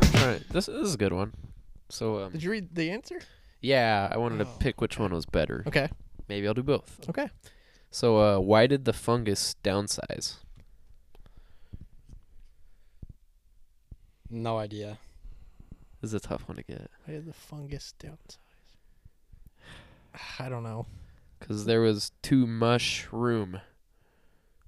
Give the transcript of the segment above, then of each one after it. This, this is a good one. So um, Did you read the answer? yeah, I wanted Oh, to pick which one was better. Okay. Maybe I'll do both. Okay. So uh, why did the fungus downsize? No idea. This is a tough one to get Why did the fungus downsize? I don't know. because there was too much room. Like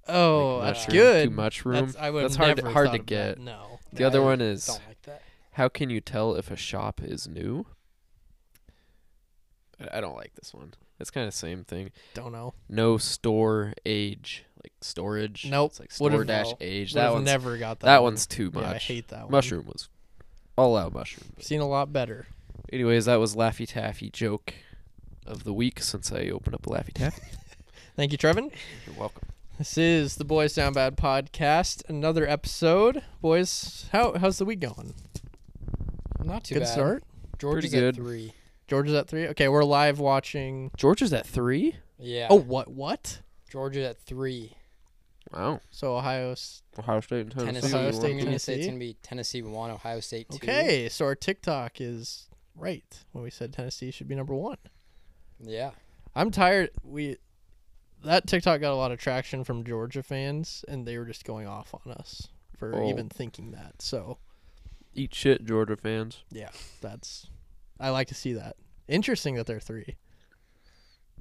Oh, that's mushroom, good. Too much room. That's, I would That's have hard to- never hard thought to of get. That. No. The other I one is- Don't like that. How can you tell if a shop is new? I- I don't like this one. It's kind of the same thing. Don't know. No store age, like storage. Nope. It's like Would've- store dash no. age. Would've That one's never got that. that one. one's too much. Yeah, I hate that one. Mushroom was all out mushroom. Seen a lot better. Anyways, that was Laffy Taffy joke of the week since I opened up a Laffy Taffy. Thank you, Trevin. You're welcome. This is the Boys Down Bad podcast. Another episode, boys. How how's the week going? Not too good bad. start. George Pretty is good. at three. George is at three. Okay, we're live watching. George is at three. Yeah. Oh, what what? George is at three. Wow. So Ohio's Ohio State and Tennessee. Tennessee. Ohio you State wanna I'm and do- gonna say Tennessee? it's gonna be Tennessee one, Ohio State two. okay. So our TikTok is right when we said Tennessee should be number one. Yeah. I'm tired. We that TikTok got a lot of traction from Georgia fans, and they were just going off on us for Oh. even thinking that. So Eat shit, Georgia fans. that's I like to see that. Interesting that they're three.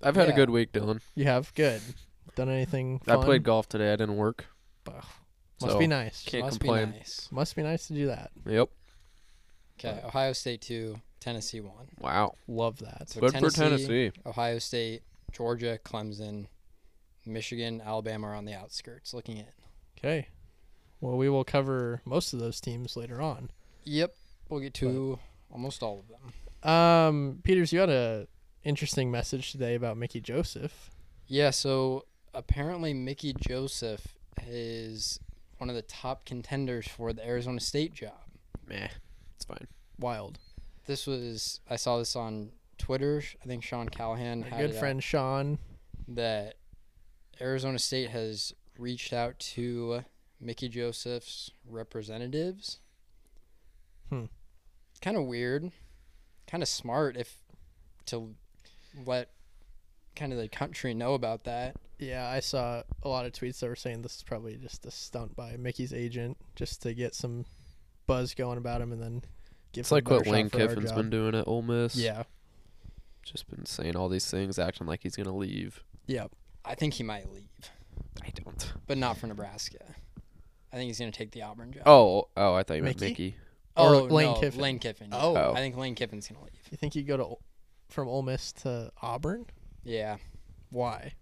I've had a Yeah. good week, Dylan. You have good. Done anything? Fun? I played golf today. I didn't work. Ugh, Must so be nice. Can't Must complain. be nice. Must be nice to do that. Yep. Okay. Ohio State two, Tennessee one. Wow. Love that. So Good Tennessee, for Tennessee. Ohio State, Georgia, Clemson, Michigan, Alabama are on the outskirts looking at. Okay. Well, we will cover most of those teams later on. Yep. We'll get to almost all of them. Um, Peters, you had a interesting message today about Mickey Joseph. Yeah, so apparently Mickey Joseph is one of the top contenders for the Arizona State job. Meh. It's fine. Wild. This was I saw this on Twitter. I think Sean Callahan Our had good it out friend Sean. that Arizona State has reached out to Mickey Joseph's representatives. Hmm. Kind of weird, kind of smart if to let kind of the country know about that. Yeah, I saw a lot of tweets that were saying this is probably just a stunt by Mickey's agent just to get some buzz going about him and then give It's him a like what better shot Lane for our Kiffin's job. been doing at Ole Miss. Yeah. Just been saying all these things, acting like he's gonna leave. Yeah. I think he might leave, I don't. but not for Nebraska. I think he's going to take the Auburn job. Oh, Oh, oh, I thought you meant Mickey? Mickey. or Lane no, Kiffin. Lane Kiffin. yeah. Oh. Oh. I think Lane Kiffin's going to leave. You think you go to O- from Ole Miss to Auburn? Yeah. Why?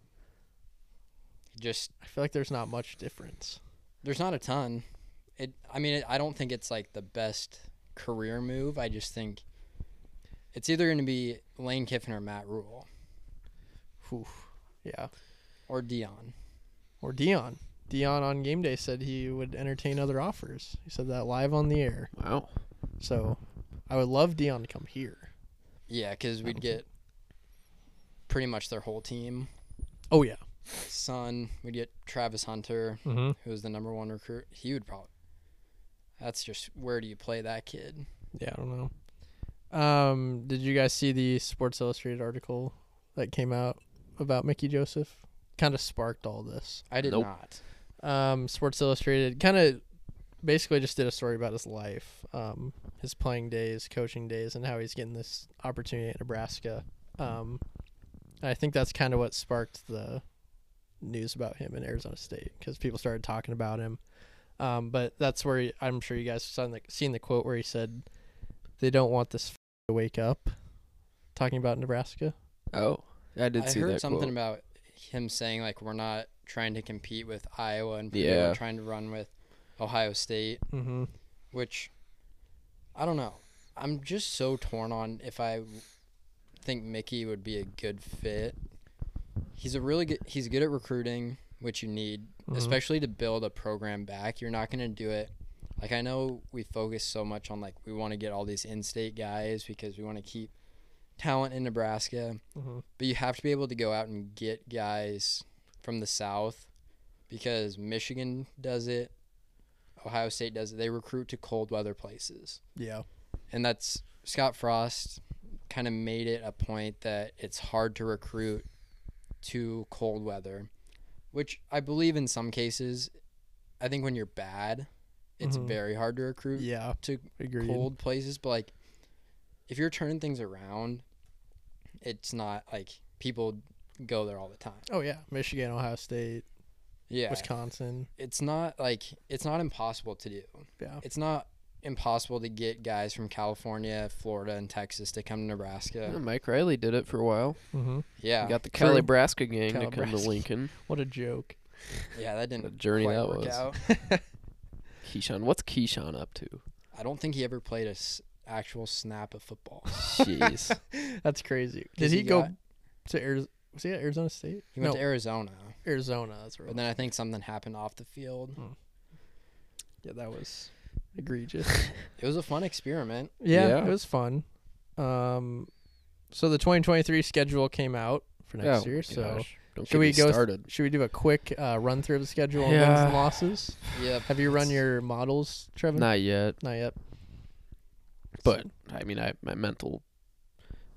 Just I feel like there's not much difference. There's not a ton. It. I mean, it, I don't think it's like the best career move. I just think it's either going to be Lane Kiffin or Matt Rule Whew. Yeah. or Dion. Or Dion. Dion on game day said he would entertain other offers. He said that live on the air. Wow. So I would love Dion to come here. Yeah, because we'd get pretty much their whole team. Oh yeah. Son, we'd get Travis Hunter, Mm-hmm. who was the number one recruit. He would probably. That's just where do you play that kid? Yeah, I don't know. Um, did you guys see the Sports Illustrated article that came out about Mickey Joseph? Kind of sparked all this. I did Nope. not. um, Sports Illustrated kind of basically just did a story about his life, um, his playing days, coaching days, and how he's getting this opportunity at Nebraska. Um, and I think that's kind of what sparked the news about him in Arizona State because people started talking about him. Um, but that's where he, I'm sure you guys saw the, seen the quote where he said, "They don't want this f- to wake up," talking about Nebraska. Oh, I did I see heard that something quote. about him saying like we're not trying to compete with Iowa and Purdue. Yeah. We're trying to run with Ohio State, Mm-hmm. which I don't know. I'm just so torn on if I think Mickey would be a good fit. He's a really good. He's good at recruiting, which you need, Mhm. especially to build a program back. You're not going to do it. Like I know we focus so much on like we want to get all these in-state guys because we want to keep talent in Nebraska Mm-hmm. but you have to be able to go out and get guys from the south because Michigan does it, Ohio State does it. They recruit to cold weather places. Yeah. and that's Scott Frost kind of made it a point that it's hard to recruit to cold weather, which I believe in some cases, I think when you're bad, it's Mhm. very hard to recruit Yeah, to agreed. cold places, but like if you're turning things around, it's not like people go there all the time. Oh yeah, Michigan, Ohio State, Yeah. Wisconsin. It's not like it's not impossible to do. Yeah, It's not impossible to get guys from California, Florida, and Texas to come to Yeah, Mm. Nebraska. Mike Riley did it for a while. mm-hmm. Yeah. He Got the True. Calibraska gang to come to Calabrasca. Lincoln. what a joke. Yeah, that What a didn't journey quite that work was. out. Keyshawn, what's Keyshawn up to? I don't think he ever played a s- actual snap of football. Jeez. That's crazy. Did 'Cause he, he go got- to Arizona? Was he at Arizona State? He went no, to Arizona, Arizona. That's right. but then I think something happened off the field. yeah, that was egregious. It was a fun experiment. Yeah, Yeah. it was fun. Um, so the 2023 schedule came out for next Oh, year. So gosh. Don't Should get we me go th- started. should we do a quick uh, run through of the schedule on wins and Yeah. losses? Yep. Have you run your models, Trevin? Not yet, Not yet. but I mean, I my mental,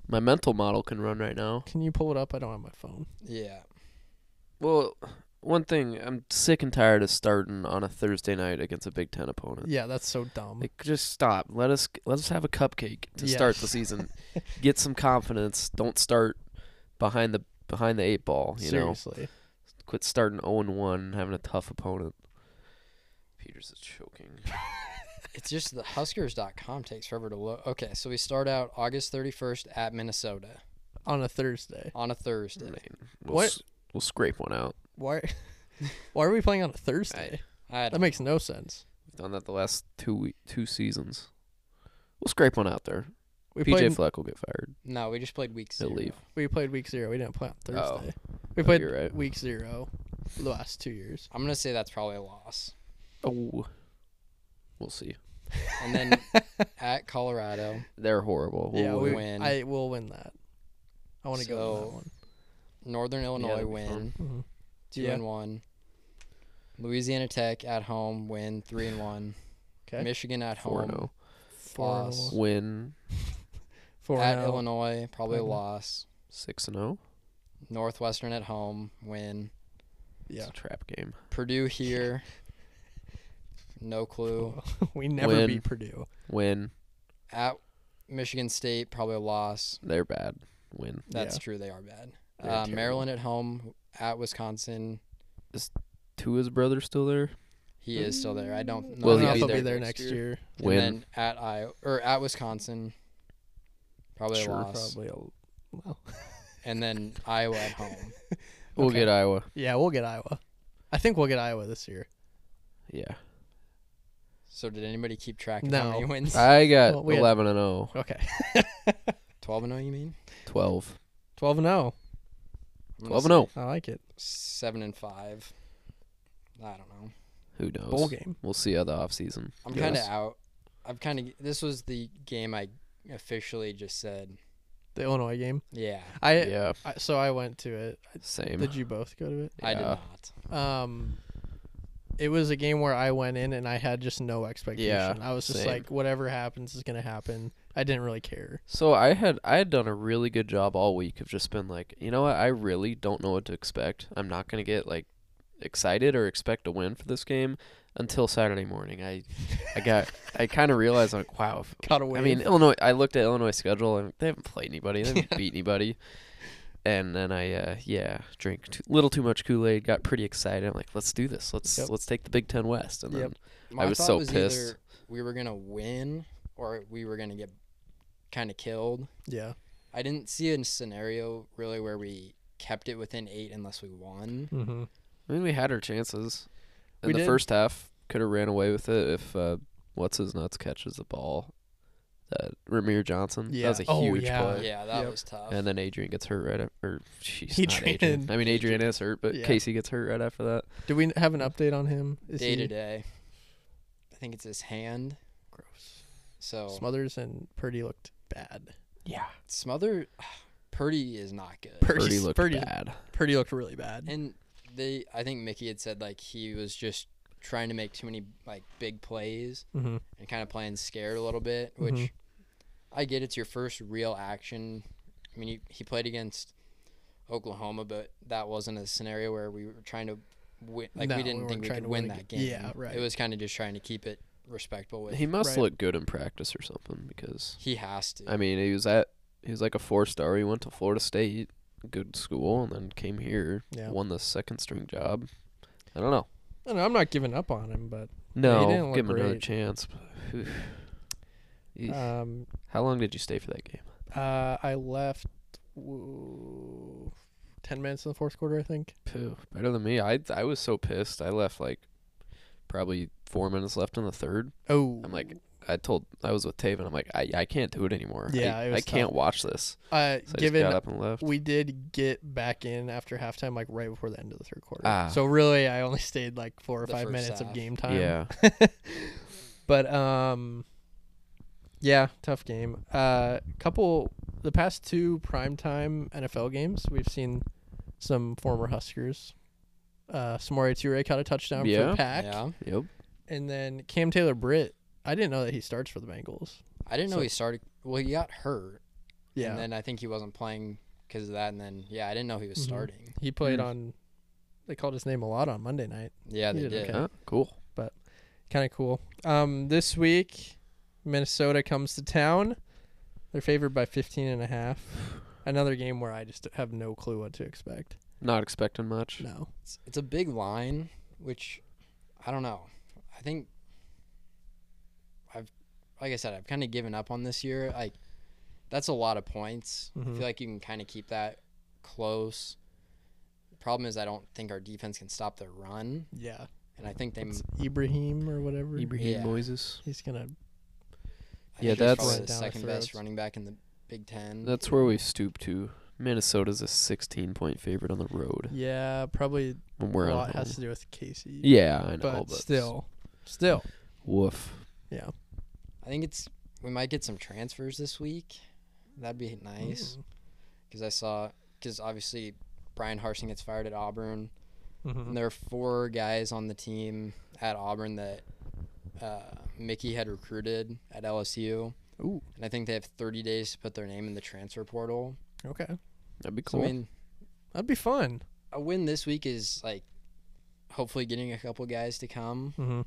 my mental model can run right now. Can you pull it up? I don't have my phone. Yeah. Well, one thing I'm sick and tired of starting on a Thursday night against a Big Ten opponent. Yeah, that's so dumb. Like, just stop. Let us let us have a cupcake to start the Yes. season. Get some confidence. Don't start behind the behind the eight ball. You know, Seriously. quit starting 0 and 1 and having a tough opponent. Peters is choking. It's just the Huskers.com takes forever to look. Okay, so we start out August 31st at Minnesota On a Thursday. on a Thursday. We'll What- S- we'll scrape one out. Why? Why are we playing on a Thursday? I that don't, makes no sense. We've done that the last two we- two seasons. We'll scrape one out there. We PJ played. Fleck will get fired. no, we just played week He'll zero. leave. we played week zero. We didn't play on Oh. Thursday. We Oh, played you're right. week zero. The last two years. I'm gonna say that's probably a loss. Oh, we'll see. And then at Colorado, They're horrible. We'll yeah, win. we win. I will win that. I want to go with that So- one. Northern Illinois that'd be win Mhm. two Yeah. and one. Louisiana Tech at home win three and one. 'Kay. Michigan at four oh. home zero. Four and loss. oh. Win Four at and oh. Illinois probably a Mm-hmm. Probably. loss. six and oh? zero. Northwestern at home win. It's Yeah. a trap game. Purdue here. no clue. we never Win. beat Purdue. Win. At Michigan State probably a loss. They're bad. Win. That's Yeah. true. They are bad. They're Uh, terrible. Maryland at home at Wisconsin. Tua's brother still there. He is still there. I don't know. Will I he don't be know if they'll be there next year. And Win. then at Iowa or at Wisconsin, probably Sure. a loss. Probably. A, well, And then Iowa at home. We'll okay. get Iowa. yeah, we'll get Iowa. I think we'll get Iowa this year. Yeah. So did anybody keep track of how No. many wins? I got Well, we had- eleven and oh. 0, Okay. Twelve and zero, you mean? 12. Twelve and zero. I'm gonna 12 and oh. say 0. I like it. Seven and five. I don't know. Who knows? Bowl game. We'll see how the offseason. I'm Yes. kind of out. I've kind of. This was the game I officially just said. The Illinois game. Yeah, I, yeah. I so I went to it. Same. Did you both go to it? I did Yeah. not. Um, it was a game where I went in and I had just no expectation. I was just same. like, whatever happens is gonna happen. I didn't really care. So I had I had done a really good job all week of just been like, you know what, I really don't know what to expect. I'm not gonna get like excited or expect a win for this game until Saturday morning. I I got I kind of realized like, wow. If, Caught away. I mean, Illinois. I looked at Illinois schedule and they haven't played anybody. They haven't beat anybody. And then I, uh, yeah, drank a little too much Kool Aid. Got pretty excited. I'm like, let's do this. Let's Yep. let's take the Big Ten West. And Yep. then My was thought so was pissed. either we were gonna win or we were gonna get kind of killed. yeah. I didn't see a scenario really where we kept it within eight unless we won. Mm-hmm. I mean, we had our chances. In We the did. first half, could have ran away with it if uh, what's his nuts catches the ball. Uh, Ramir Johnson. That was Yeah. a Oh, huge yeah. play. Yeah, that Yep. was tough. And then Adrian gets hurt right after. Jeez, not Adrian. Adrian. I mean, Adrian is hurt, but Yeah. Casey gets hurt right after that. Do we have an update on him? Is day to he day, I think it's his hand. gross? So Smothers and Purdy looked bad. Yeah. Smother, Purdy is not good. Purdy- Purdy Purdy's- looked Purdy's- bad. Purdy looked really bad. and they, I think Mickey had said like he was just trying to make too many like big plays Mm-hmm. and kind of playing scared a little bit, which Mhm. I get it's your first real action. I mean, he, he played against Oklahoma, but that wasn't a scenario where we were trying to win. Like No, we we didn't weren't think we trying could to win, win a that ga- game. yeah, right. It was kind of just trying to keep it respectable with. He He, must Right. look good in practice or something because has to. I mean he was at he was like a four star. He went to Florida State, good school, and then came here, Yeah. won the second string job. I don't know. I don't know, I'm not giving up on him, but No, didn't look give him another great. chance. but oof. Eesh. um, How long did you stay for that game? uh, I left woo, ten minutes in the fourth quarter, I think. Pooh, better than me. I I was so pissed. I left like probably four minutes left in the third. Oh, I'm like, I told I was with Taven. I'm like, I, I can't do it anymore. I- Yeah, I, it was can't watch this. So uh, I just given got up and left. we did get back in after halftime, like right before the end of the third quarter. Ah. So really, I only stayed like four or The five first minutes of half. game time. Yeah, but um, yeah, tough game. Uh, couple the past two primetime NFL games, we've seen some former Huskers. Uh, Samori Toure caught a touchdown Yeah. for Pack, yeah. yep. and then Cam Taylor Britt. I didn't know that he starts for the Bengals. I didn't know So- he started. Well, he got hurt. Yeah, And then I think he wasn't playing because of that. And then, yeah, I didn't know he was Mhm. starting. he played Hmm. on. They called his name a lot on Monday night. Yeah, He did they did. okay. Huh, cool. Kind of cool. Um, this week, Minnesota comes to town. They're favored by 15 and a half. Another game where I just have no clue what to expect. Not expecting much. No. It's, it's a big line, which I don't know. I think I've, like I said, I've kind of given up on this year. Like, that's a lot of points. I Mhm. feel like you can kind of keep that close. Problem is, I don't think our defense can stop their run, Yeah. and I think they. It's Ibrahim or whatever. Ibrahim Yeah. Moises. He's gonna. I Yeah, think he's that's- probably Right the down our second best throats. running back in the Big Ten. That's where we stooped to. Minnesota's a 16 point favorite on the road Yeah, probably when a we're on lot home. has to do with Casey. Yeah, I know, but, but, still, still, woof. yeah. I think it's we might get some transfers this week. That'd be nice because I saw because obviously Brian Harson gets fired at Auburn. And Mhm. there are four guys on the team at Auburn that uh, Mickey had recruited at LSU, Ooh. and I think they have 30 days to put their name in the transfer portal. Mm-hmm. Okay. That'd be So cool. I mean, That'd be fun. a win this week is like hopefully getting a couple guys to come, Mm-hmm.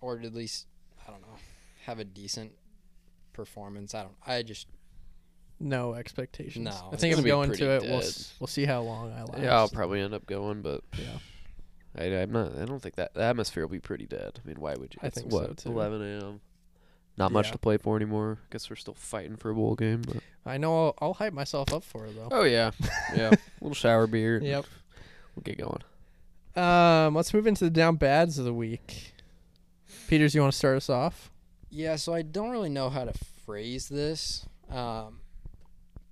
or at least I don't know, have a decent performance. I don't. I just No expectations. No, I it's think gonna I'm be going pretty to it. We'll dead. s- we'll see how long I last. yeah, I'll probably end up going, but Yeah. I, am not. I don't think that the atmosphere will be pretty dead. I mean, why would you? I it's think what, so, too. 11 a.m. Not much Yeah. to play for anymore. Guess we're still fighting for a bowl game. But. I know. I'll, I'll hype myself up for it though. Oh yeah, yeah. little shower beer. Yep. We'll get going. Um, let's move into the down bads of the week. Peters, you want to start us off? Yeah, so I don't really know how to phrase this. Um,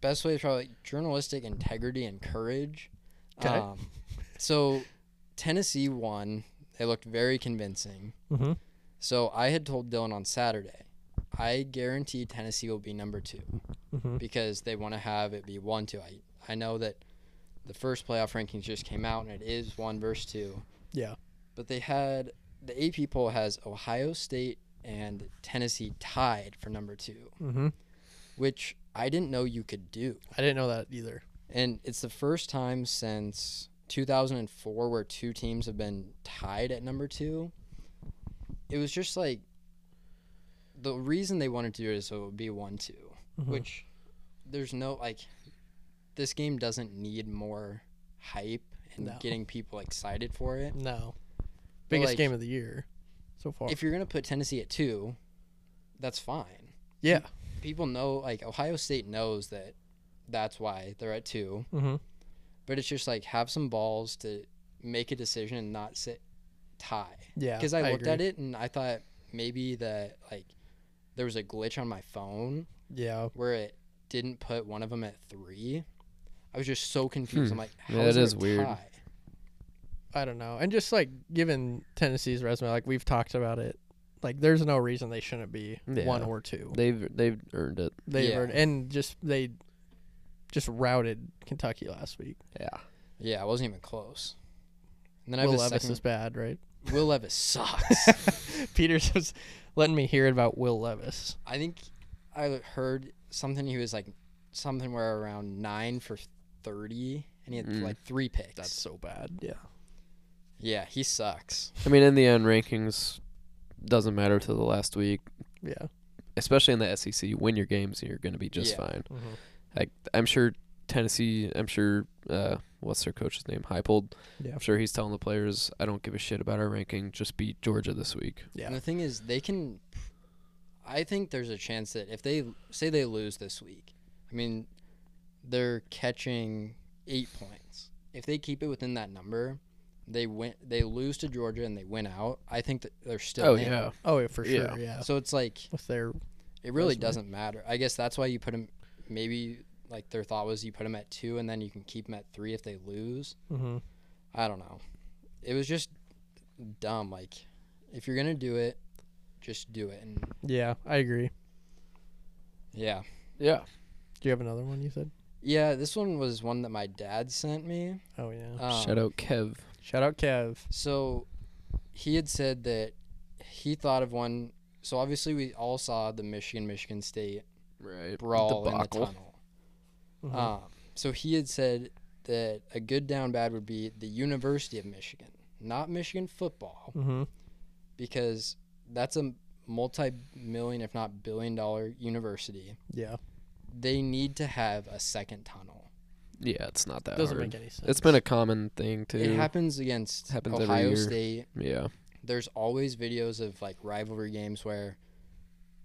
best way is probably journalistic integrity and courage. 'Kay. Um, so Tennessee won. They looked very convincing. Mm-hmm. So I had told Dylan on Saturday, I guarantee Tennessee will be number two Mm-hmm. because they want to have it be one two. I I know that the first playoff rankings just came out and it is one versus two. Yeah. But they had the AP poll has Ohio State and Tennessee tied for number two Mm-hmm. which I didn't know you could do. I didn't know that either. And it's the first time since 2004 where two teams have been tied at number two. It was just like the reason they wanted to do it is so it would be 1 2, Mhm. which there's no like this game doesn't need more hype and No. getting people excited for it. No. Biggest like- game of the year so far. If you're going to put Tennessee at two, that's fine. yeah. People know, like, Ohio State knows that that's why they're at two. Mm-hmm. but it's just like have some balls to make a decision and not sit tie Yeah. because i looked at it and i thought maybe that like there was a glitch on my phone Yeah. where it didn't put one of them at three i was just so confused i'm like Yeah, how that is there a is weird. tie? I don't know. And just like given Tennessee's resume, like we've talked about it, like there's no reason they shouldn't be Yeah. one or two. They've they've earned it. They Yeah. were, and just they just routed Kentucky last week. Yeah. yeah i wasn't even close and then Will i have a Levis second is bad, right? will levis sucks Peters was letting me hear about Will Levis. i think I heard something he was like something where around nine for thirty, and he had Mm. like three picks. That's so bad. Yeah. yeah, he sucks. I mean, in the end, rankings doesn't matter to the last week, Yeah. especially in the SEC. You win your games, and you're going to be just Yeah. fine. Mhm. Like I'm sure Tennessee. I'm sure uh, what's their coach's name? Heipold. Yeah. I'm sure he's telling the players, I don't give a shit about our ranking. Just beat Georgia this week. And Yeah. the thing is, they can. I think there's a chance that if they say they lose this week, I mean, they're catching eight points. If they keep it within that number, they win. They lose to Georgia and they win out. I think that they're still. in. Oh, yeah, for sure. Yeah. Yeah. So it's like With their it really Resume. doesn't matter. I guess that's why you put them. Maybe like their thought was you put them at two and then you can keep them at three if they lose. mm-hmm. I don't know. It was just dumb. Like, if you're gonna do it, just do it. And Yeah, I agree. yeah, Yeah. Do you have another one you said? yeah. This one was one that my dad sent me. Oh yeah. Um, Shout out Kev. Shout out Kev. So, he had said that he thought of one. So obviously, we all saw the Michigan Michigan State Right. brawl in the Debacle. Mm-hmm. tunnel. Uh, Um, so he had said that a good down bad would be the University of Michigan, not Michigan football. mm-hmm. because that's a multi-million if not billion dollar university Yeah. they need to have a second tunnel Yeah, it's not that Doesn't hard. make any sense. It's been a common thing too. it happens against Happens every ohio year. state yeah. there's always videos of like rivalry games where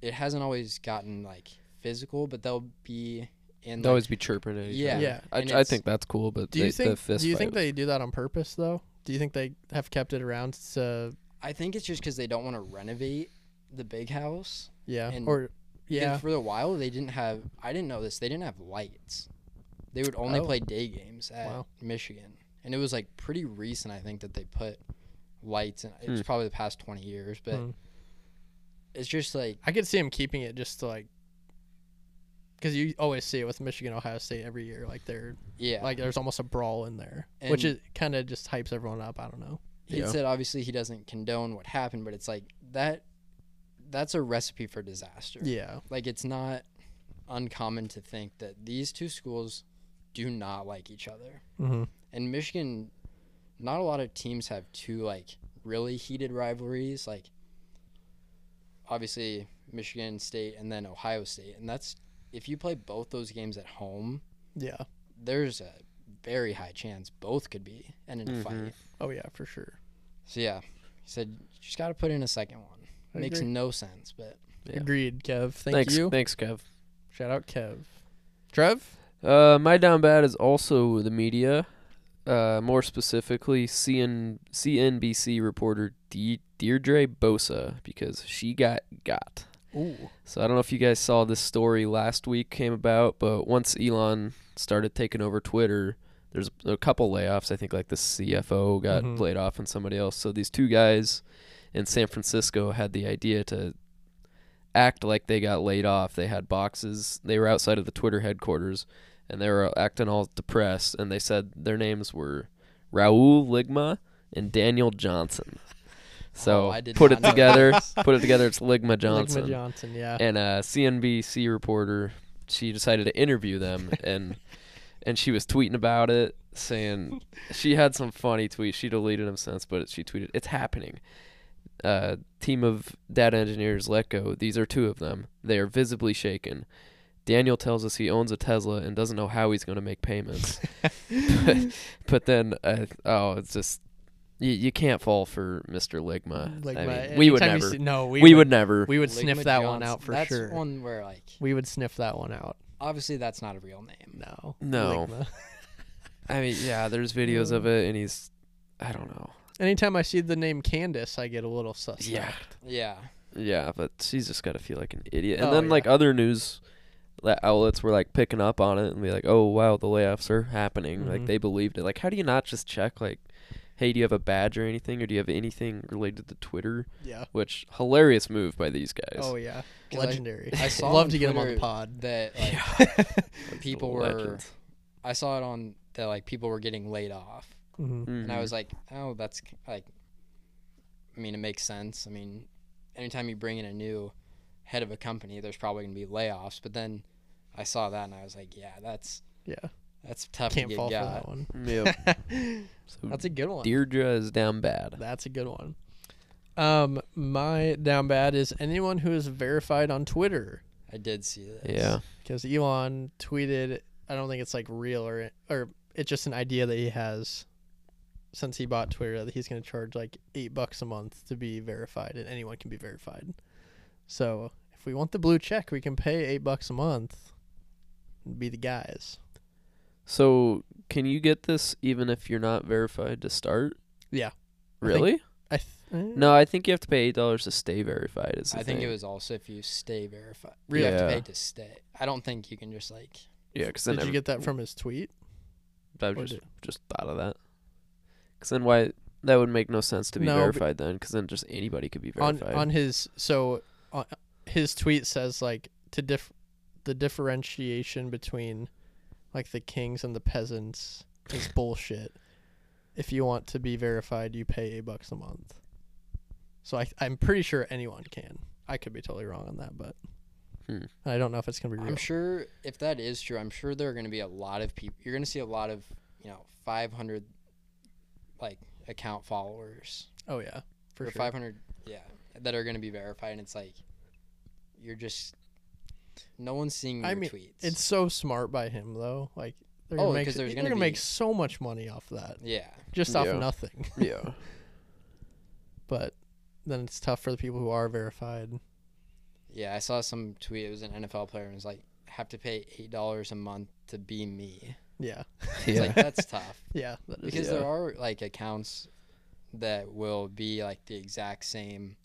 it hasn't always gotten like physical but they'll be in They'll like, always be chirping at each Yeah. other. Yeah. I, and I it's- think that's cool, but Do they, you the think fist Do you fight think was- they do that on purpose though? Do you think they have kept it around uh, to i think it's just because they don't want to renovate the big house yeah And- or And yeah for a while they didn't have i didn't know this they didn't have lights they would only Oh. play day games at Wow. michigan and it was like pretty recent i think that they put lights in Hmm. it was probably the past 20 years but Hmm. it's just like I could see him keeping it just to like because you always see it with Michigan Ohio State every year like they're yeah like like there's almost a brawl in there which And- is kind of just hypes everyone up I don't know he Yeah. said obviously he doesn't condone what happened but it's like that that's a recipe for disaster yeah like it's not uncommon to think that these two schools do not like each other mm-hmm. and Michigan, not a lot of teams have two like really heated rivalries. Like obviously Michigan State and then Ohio State, and that's if you play both those games at home, yeah there's a very high chance both could be and in a Mhm. fight. oh yeah for sure So yeah, he said you just got to put in a second one. I Makes agree. no sense, but Yeah. agreed Kev thank thanks, you Thanks, Kev. shout out Kev Trev Uh, my down bad is also the media. Uh, more specifically, CN- CNBC reporter De- Deirdre Bosa because she got got. ooh So I don't know if you guys saw this story last week came about, but once Elon started taking over Twitter, there's a couple layoffs. I think like the CFO got Mhm. laid off and somebody else. So these two guys in San Francisco had the idea to act like they got laid off. They had boxes. They were outside of the Twitter headquarters and they were acting all depressed and they said their names were Raul Ligma and Daniel Johnson. So Oh, I did put not it know together. this. Put it together. It's Ligma Johnson Ligma Johnson yeah and a CNBC reporter, she decided to interview them, and and she was tweeting about it, saying she had some funny tweets. She deleted them since, but she tweeted, "It's happening." Uh, team of data engineers let go. These are two of them. They are visibly shaken. Daniel tells us he owns a Tesla and doesn't know how he's going to make payments. but, but then, uh, oh, it's just you, you can't fall for Mr. Ligma. Like I my- mean, we would anytime you never. see- no, we, we, would never. we would Ligma sniff that one Johnson- out for that's sure. one where like We would sniff that one out. obviously that's not a real name. No. No. Ligma. I mean, yeah, there's videos of it, and he's, I don't know. Anytime I see the name Candace, I get a little suspect. Yeah. Yeah, Yeah, but she's just got to feel like an idiot. And Oh, then, yeah. like, other news la- outlets were, like, picking up on it and be like, oh, wow, the layoffs are happening. Like, Mhm. they believed it. Like, how do you not just check, like, hey, do you have a badge or anything, or do you have anything related to Twitter? Yeah. Which, hilarious move by these guys. Oh yeah. 'Cause I- Legendary. I saw Love on to get him on the Twitter pod. that like people were Legends. I saw it on that like people were getting laid off, hmm and I Mhm. was like, oh, that's k- like, I mean, it makes sense. I mean, anytime you bring in a new head of a company, there's probably going to be layoffs. But then I saw that and I was like, yeah, that's Yeah. that's tough Can't to get fall got. for that one. Yep. so That's a good one. Deirdre is down bad. That's a good one. Um, my down bad is anyone who is verified on Twitter I did see that. Yeah. because Elon tweeted. I don't think it's like real or or it's just an idea that he has since he bought Twitter that he's going to charge like eight bucks a month to be verified and anyone can be verified. So if we want the blue check, we can pay eight bucks a month and be the guys. So can you get this even if you're not verified to start? Yeah. I think- Really? I th- no, I think you have to pay eight dollars to stay verified. Is the I think thing. it was also if you stay verified, Really? you have to Yeah. pay to stay. I don't think you can just like. yeah, because then Did you every- get that from his tweet? I or just did- just thought of that. Because then why that would make no sense to be No, but- verified then? Because then just anybody could be on verified. on his so on, his tweet says like to diff the differentiation between like the kings and the peasants is bullshit. If you want to be verified, you pay eight bucks a month. So I I'm pretty sure anyone can. I could be totally wrong on that, but Hmm. I don't know if it's gonna be real. I'm sure if that is true, I'm sure there are going to be a lot of people. You're going to see a lot of you know 500 like account followers oh yeah, for or sure. 500 yeah that are going to be verified, and it's like you're just no one's seeing your I mean, tweets. It's so smart by him though. Like they're Oh, gonna make 'cause there's they're gonna gonna make be- so much money off that yeah, just Yeah. off nothing. yeah. but then it's tough for the people who are verified. yeah. I saw some tweet. It was an NFL player and it was like, "Have to pay eight dollars a month to be me." Yeah, It's like that's tough. yeah, that is, because Yeah. there are like accounts that will be like the exact same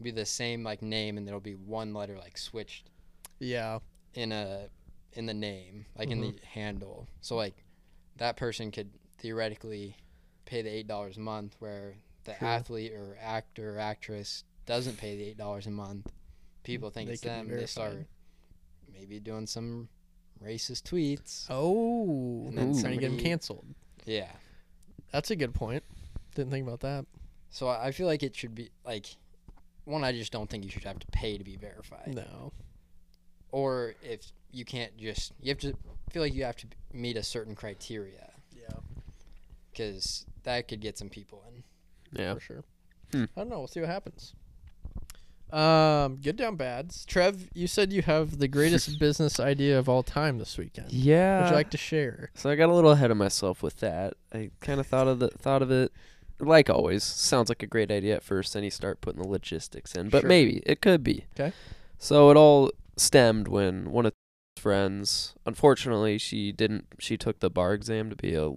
be the same like name and there'll be one letter like switched yeah, in a in the name like in Mm-hmm. the handle so like that person could theoretically pay the eight dollars a month where the True. athlete or actor or actress doesn't pay the eight dollars a month people think They it's could be them they verified. start maybe doing some racist tweets Oh, And then trying to get them somebody- canceled. yeah That's a good point. Didn't think about that. So I I feel like it should be like one. I just don't think you should have to pay to be verified, No. or if you can't just you have to feel like you have to meet a certain criteria Yeah, because that could get some people in. yeah. for sure. Hmm. I don't know. We'll see what happens. Um, good down bads. Trev, you said you have the greatest business idea of all time this weekend. Yeah. Would you like to share? So I got a little ahead of myself with that. I kind of thought of the thought of it, like always. Sounds like a great idea at first, then you start putting the logistics in. But Sure. maybe it could be. 'Kay. So it all stemmed when one of friends, unfortunately, she didn't. She took the bar exam to be a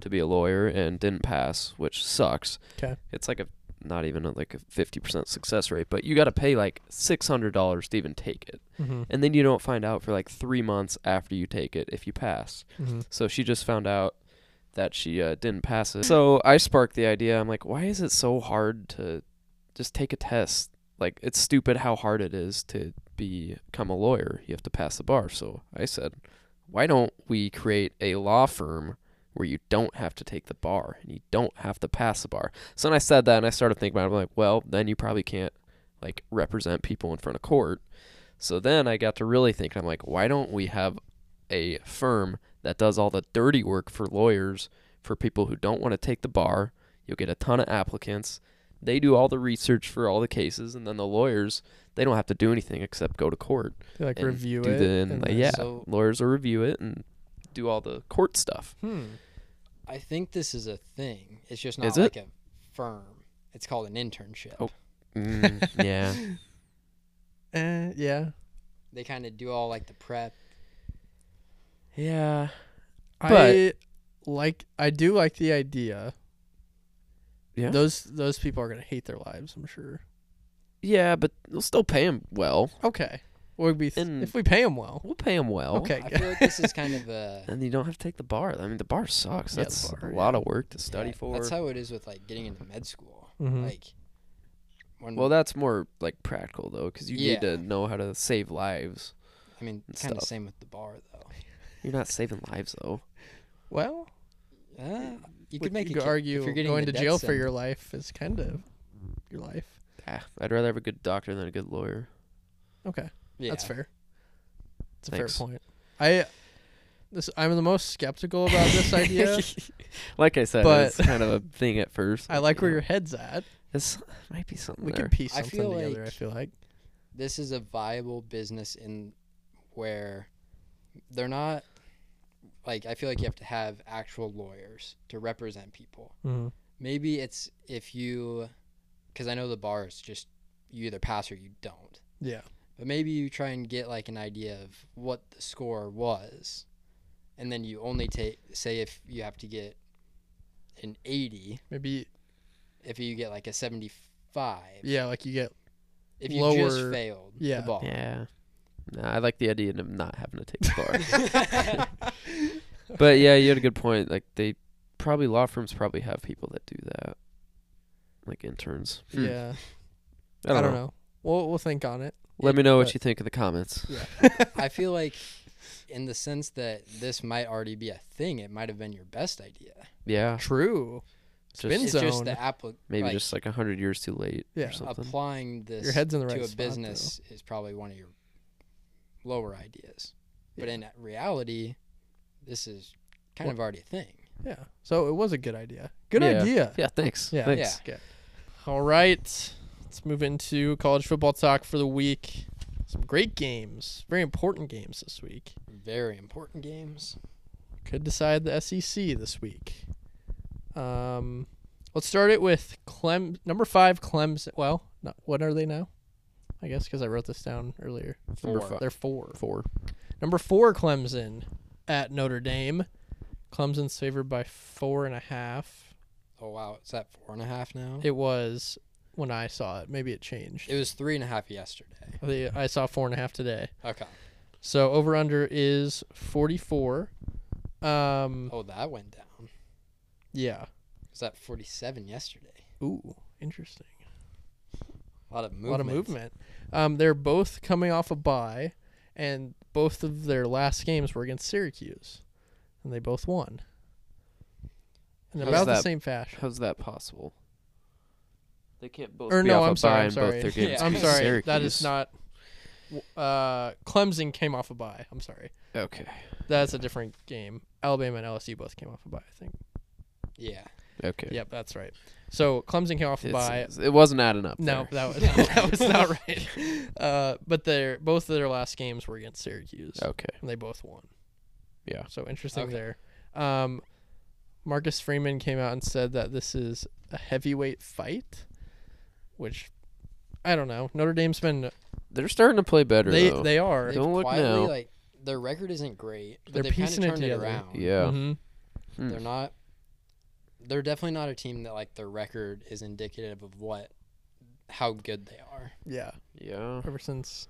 to be a lawyer and didn't pass, which sucks. 'Kay. It's like a not even a, like a fifty percent success rate, but you got to pay like six hundred dollars to even take it, Mm-hmm. and then you don't find out for like three months after you take it if you pass. So she just found out that she uh, didn't pass it. So I sparked the idea. I'm like, why is it so hard to just take a test? Like, it's stupid how hard it is to become a lawyer. You have to pass the bar. So I said, why don't we create a law firm where you don't have to take the bar and you don't have to pass the bar? So then I said that and I started thinking about it. I'm like, well, then you probably can't like represent people in front of court. So then I got to really think. I'm like, why don't we have a firm that does all the dirty work for lawyers for people who don't want to take the bar. You'll get a ton of applicants. They do all the research for all the cases, and then the lawyers they don't have to do anything except go to court. Like and review do it. the- and like, then- yeah, So- lawyers will review it and do all the court stuff. Hmm. I think this is a thing. It's just Is not it? like a firm. It's called an internship. Oh. Mm, yeah, Uh, yeah. They kind of do all like the prep. yeah. I like I do like the idea. Yeah. Those those people are gonna hate their lives, I'm sure. Yeah, but we'll still pay them well. Okay. Well, we th- And- if we pay them well. We'll pay them well. Okay. Oh, I feel like this is kind of a And you don't have to take the bar. I mean, the bar sucks. Yeah, the That's bar, a yeah. lot of work to study yeah, for. That's how it is with like getting into med school. Mhm. Like when well, that's more like practical though, because you need to Yeah. know how to save lives. I mean, and kind of stuff. same with the bar though. You're not saving lives though. well, Uh, you you could make a could ca- argue if you're getting going to the death jail for sentence. your life is kind of your life. Ah, I'd rather have a good doctor than a good lawyer. Okay, Yeah. that's fair. It's a Thanks. fair point. I this I'm the most skeptical about this idea. like I said, But- it's kind of a thing at first. I like where you your know, head's at. It's might be something We there. could piece I something feel together. I like- feel like This is a viable business in where they're not like I feel like you have to have actual lawyers to represent people. mm-hmm. Maybe it's if you cuz I know the bar is just you either pass or you don't. yeah, But maybe you try and get like an idea of what the score was. And then you only take say if you have to get an 80, maybe if you get like a 75. yeah, like you get If you just lower- failed yeah. the bar. Yeah. Nah, I like the idea of not having to take the bar. yeah, but yeah, you had a good point. Like they probably law firms probably have people that do that, like interns. Hmm. yeah. I don't, know. We'll we'll think on it. Let me know what but- you think in the comments. I feel like, in the sense that this might already be a thing, it might have been your best idea. Yeah, True. just been It's just the zone. applic- maybe like, just like a hundred years too late Yeah. or something. applying this Your head's in the right to a spot, business is probably one of your lower ideas. But in reality, this is kind Well- of already a thing. Yeah. So it was a good idea. Good Yeah. idea. yeah, thanks. Yeah. thanks. All right. Let's move into college football talk for the week. Some great games, very important games this week. Very important games. Could decide the SEC this week. Um, let's start it with Clem, number five, Clemson. Well, not, what are they now? I guess because I wrote this down earlier. Number Four. five. They're four. Four. Number four, Clemson at Notre Dame. Clemson's favored by four and a half. Oh wow, it's at four and a half now. It, It was when I saw it. Maybe it changed. Oh. was three and a half yesterday. The- I saw four and a half today. Okay. So over under is 44. Um, Oh, that went down. yeah. It was at forty-seven yesterday. Ooh, interesting. A lot of movement. A lot of movement. Um, they're both coming off a bye, and both of their last games were against Syracuse, and they both won. In How's about the that? same fashion. How's that possible? They can't both Or be no, off I'm a sorry. bye I'm and both sorry. their games. Yeah. I'm beat sorry. Syracuse. That is not. Uh, Clemson came off a bye. I'm sorry. okay. That's a different game. Alabama and LSU both came off a bye. I think. Yeah. Okay. Yep, that's right. So Clemson came off a It's- bye. it's- it wasn't adding up. No, there. that was that was not right. Uh, but their both of their last games were against Syracuse, Okay. and they both won. Yeah. So interesting Okay. there. Um, Marcus Freeman came out and said that this is a heavyweight fight, which I don't know. Notre Dame's been They're starting to play better they though. they are They've Don't look quietly, now. Like their record isn't great, but They're they've kind of piecing it turned it, together. around. yeah. Mhm. Mm. They're not. They're definitely not a team that like their record is indicative of what, how good they are. yeah. Yeah. Ever since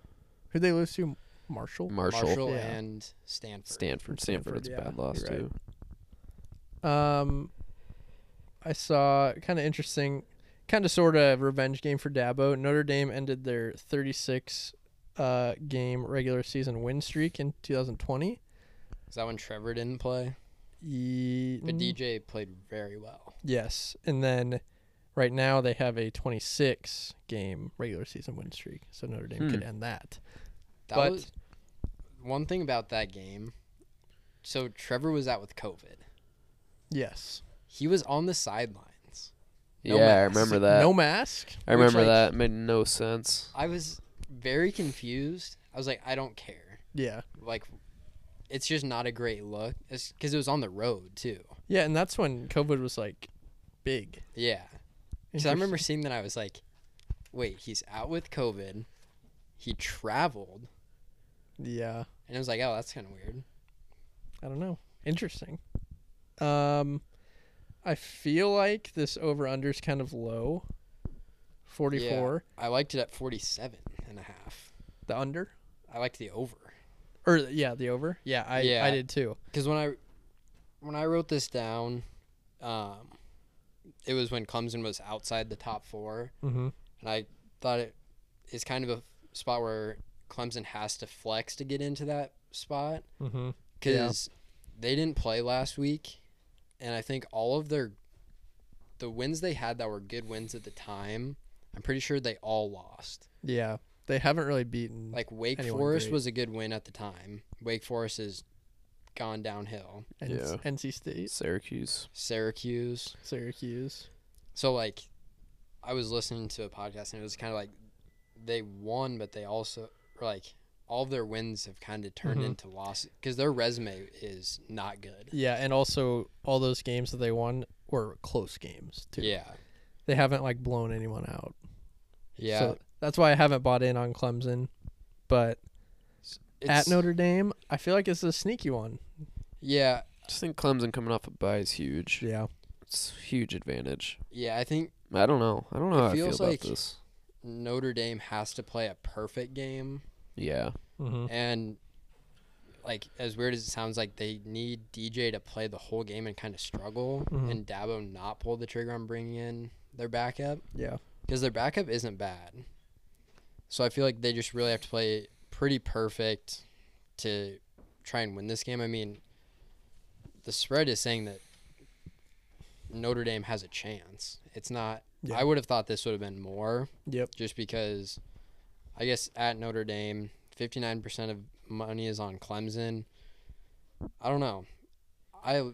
who they lose to Marshall. Marshall. Marshall Yeah. and Stanford. Stanford. Stanford, Stanford's a yeah, bad loss you're right. too. Um, I saw kind of interesting, kind of sort of revenge game for Dabo. Notre Dame ended their 36 uh, game regular season win streak in 2020. Is that when Trevor didn't play? Ye- But DJ played very well. Yes, and then right now they have a 26 game regular season win streak, so Notre Dame could end that. Hmm. That But- was one thing about that game. So Trevor was out with COVID. Yes. He was on the sidelines. No yeah, I mask. remember that. No mask. I which, remember like- that. It made no sense. I was very confused. I was like, I don't care. Yeah. Like, it's just not a great look. It's because it was on the road too. Yeah, and that's when COVID was like big. Yeah. So I remember Interesting. seeing that I was like, wait, he's out with COVID. He traveled. Yeah. And I was like, oh, that's kind of weird. I don't know. Interesting. Um, I feel like this over under is kind of low. Forty four. I liked it at 47 and a half. The under I liked the over. or yeah, the over. Yeah, I I Yeah. did too. Because when I when I wrote this down, um, it was when Clemson was outside the top four, Mm-hmm. and I thought it is kind of a spot where Clemson has to flex to get into that spot Mm-hmm. Yeah. because they didn't play last week, and I think all of their the wins they had that were good wins at the time, I'm pretty sure they all lost. Yeah. They haven't really beaten. Like Wake Anyone Forest great. was a good win at the time. Wake Forest has gone downhill. N- Yeah. NC State, Syracuse. Syracuse. Syracuse. So like, I was listening to a podcast and it was kind of like they won, but they also like all of their wins have kind of turned Mhm. into losses because their resume is not good. Yeah, and also all those games that they won were close games too. Yeah, They haven't like blown anyone out. yeah. So that's why I haven't bought in on Clemson. But It's- at Notre Dame, I feel like it's a sneaky one. Yeah, Just think Clemson coming off a bye is huge. Yeah. It's huge advantage. yeah. I think I don't know. I don't know It how I feel feels about like- this. Notre Dame has to play a perfect game, Yeah. Mm-hmm. and like as weird as it sounds, like they need DJ to play the whole game and kind of struggle, Mhm. and Dabo not pull the trigger on bringing in their backup. Yeah. because their backup isn't bad. So I feel like they just really have to play pretty perfect to try and win this game. I mean, the spread is saying that Notre Dame has a chance. It's not. Yeah. I would have thought this would have been more Yep. just because I guess at Notre Dame, 59% of money is on Clemson. I don't know. I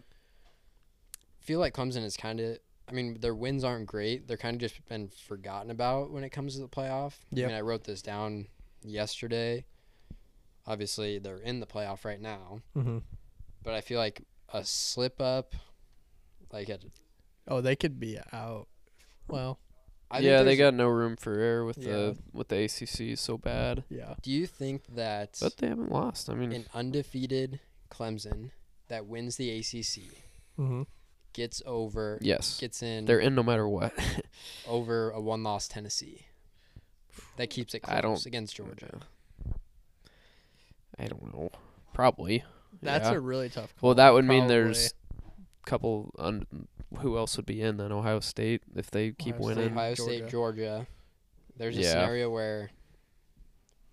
feel like Clemson is kind of I mean, their wins aren't great. They're kind of just been forgotten about when it comes to the playoff. Yep. I mean, I wrote this down yesterday. Obviously, they're in the playoff right now, Mm-hmm. but I feel like a slip up like at, Oh, they could be out. Well, I think yeah, they there's- got no room for error with the the- with the ACC so bad, yeah. Do you think that but they haven't lost. I mean, an undefeated Clemson that wins the ACC Mm-hmm. gets over yes, gets in they're in no matter what. over a one loss Tennessee. That keeps it close I don't- against Georgia. I don't know. Probably. That's Yeah. a really tough call. well, that would mean there's couple. Un- who else would be in then? Ohio State if they keep Ohio State. winning. Ohio Georgia. State, Georgia. There's a Yeah. scenario where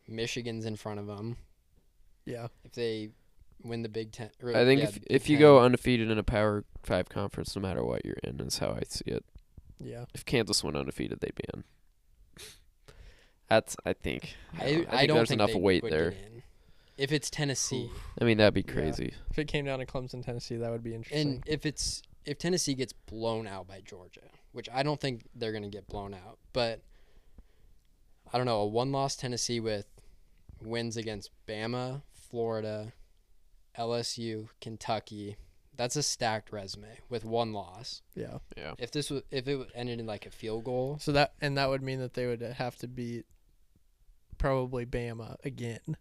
Michigan's in front of them. yeah. If they win the Big Ten, or, I think yeah, if Big if you Ten. go undefeated in a Power Five conference, no matter what you're in, is how I see it. Yeah. If Kansas went undefeated, they'd be in. That's I think. I, don't know. I, don't there's think enough they weight would there. get in. If it's Tennessee, I mean, that'd be Yeah. crazy. If it came down to Clemson, Tennessee, that would be interesting. and if it's if Tennessee gets blown out by Georgia, which I don't think they're going to get blown out, but I don't know, a one-loss Tennessee with wins against Bama, Florida, LSU, Kentucky. That's a stacked resume with one loss. yeah. If this was if it ended in like a field goal, So that and that would mean that they would have to beat probably Bama again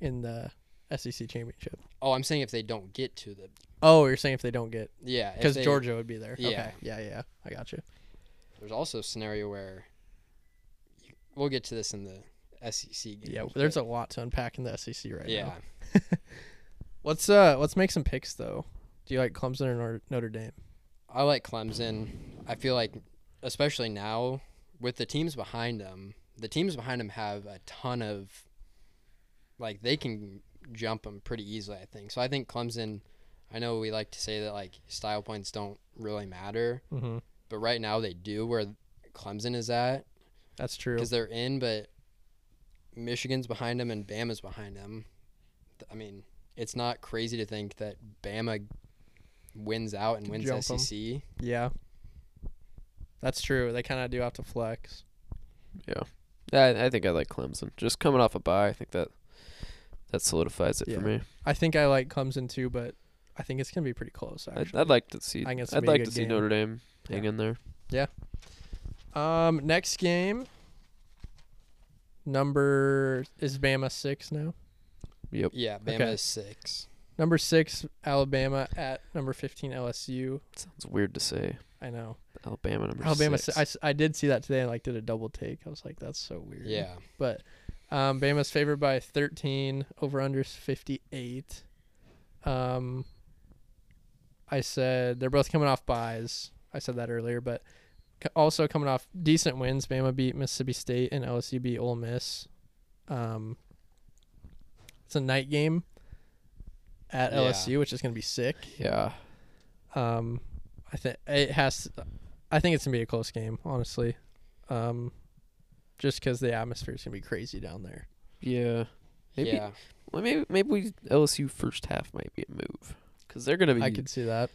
in the SEC championship. oh, I'm saying if they don't get to the Oh, you're saying if they don't get yeah, if because they- Georgia would be there. Yeah. Okay. Yeah. Yeah. I got you. There's also a scenario where we'll get to this in the SEC game. Yeah. There's a lot to unpack in the SEC right yeah. now. Let's uh let's make some picks though. Do you like Clemson or Nor- Notre Dame? I like Clemson. I feel like, especially now, with the teams behind them, the teams behind them have a ton of, like, they can jump them pretty easily, I think. So I think Clemson, I know we like to say that, like, style points don't really matter, Mm-hmm. but right now they do where Clemson is at That's true. because they're in, but Michigan's behind them and Bama's behind them. Th- I mean, it's not crazy to think that Bama wins out and wins E Jump 'em. SEC. Yeah. That's true. They kind of do have to flex. I, I think I like Clemson. Just coming off a bye, I think that that solidifies it Yeah. for me. I think I like Clemson too, but I think it's gonna be pretty close. I'd, Actually, I'd like to see. I think it's gonna I'd be a like to good see game. Notre Dame hang Yeah. in there. Um, next game. Number is Bama six now. Yep. Yeah, Bama Okay. is six. Number six, Alabama at number fifteen, LSU. Sounds weird to say. I know Alabama number Alabama. si- six. I, s- I did see that today and like did a double take. I was like, that's so weird. Yeah. but um, Bama's favored by thirteen. Over unders fifty eight. Um, I said they're both coming off buys. I said that earlier, but c- also coming off decent wins. Bama beat Mississippi State and LSU beat Ole Miss. Um, it's a night game at Yeah. LSU, which is going to be sick. yeah. Um, I think it has. I think it's gonna be a close game, honestly. Um, just because the atmosphere's gonna be crazy down there. Yeah. Maybe, Yeah. Well, maybe maybe we, LSU first half might be a move because they're gonna be. I could see that.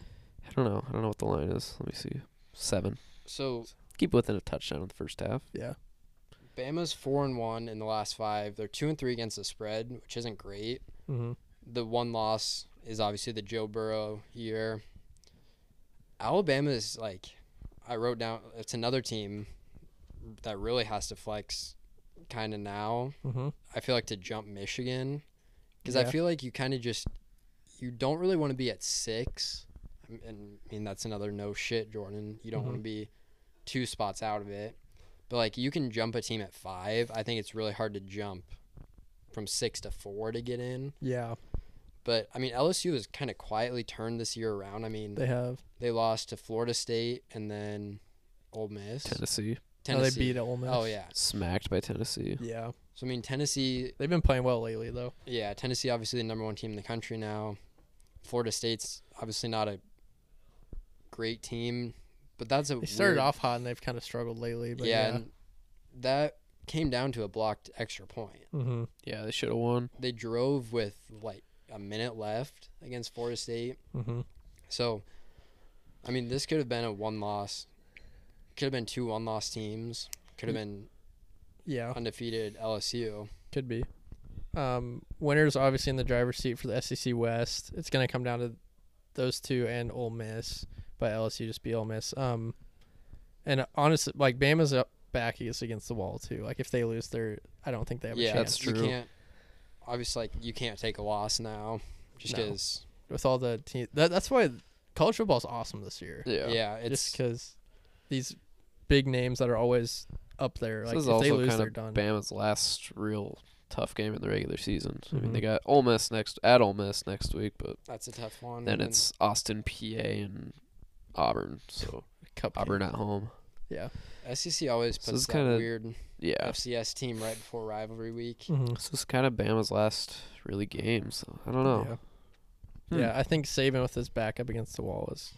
I don't know. I don't know what the line is. Let me see. Seven. So Keep within a touchdown in the first half. Yeah. Bama's four and one in the last five. They're two and three against the spread, which isn't great. Mm-hmm. The one loss is obviously the Joe Burrow year. Alabama is like, I wrote down. It's another team that really has to flex, kind of now. Mm-hmm. I feel like to jump Michigan because I Yeah. feel like you kind of just you don't really want to be at six. I m- And I mean that's another no shit, Jordan. You don't want to be two spots out of it, but like you can jump a team at five. I think it's really hard to jump from six to four to get in. Yeah, But I mean LSU has kind of quietly turned this year around. I mean they have. Oh, they lost to Florida State and then Old Miss. Tennessee Oh, they Tennessee. beat Ole Miss. Oh yeah. smacked by Tennessee. Yeah, So I mean Tennessee they've been playing well lately though. Yeah, Tennessee obviously the number one team in the country now. Florida State's obviously not a great team, but that's a They started weird- off hot and they've kind of struggled lately. But yeah, yeah. And that came down to a blocked extra point. Mm-hmm. Yeah, they should have won. They drove with like a minute left against Florida State, Mm-hmm. so I mean this could have been a one loss, could have been two one loss teams, could have been Yeah, undefeated LSU. could be. Um, winner's obviously in the driver's seat for the SEC West. It's gonna come down to those two and Ole Miss, but LSU just beat Ole Miss. Um, and honestly, like Bama's up back is against the wall too. Like if they lose, they're I don't think they have a yeah, chance. That's You true. can't, obviously, like you can't take a loss now, just No. because. With all the team, that, that's why college football's awesome this year. Yeah. Yeah, It's it's because these big names that are always up there, like this is if they also lose, kind they're of done. Bama's last real tough game in the regular season. I mean, they Mhm. got Ole Miss next at Ole Miss next week, but that's a tough one. then Mm-hmm. and it's Austin, PA, and Auburn. So Cupcake. Auburn at home. SEC E always So puts it's that kinda- weird Yeah. FCS team right before rivalry week. Mhm. This is kind of Bama's last really game, so I don't know. Yeah. Hmm. Yeah, I think Saban with his back up against the wall is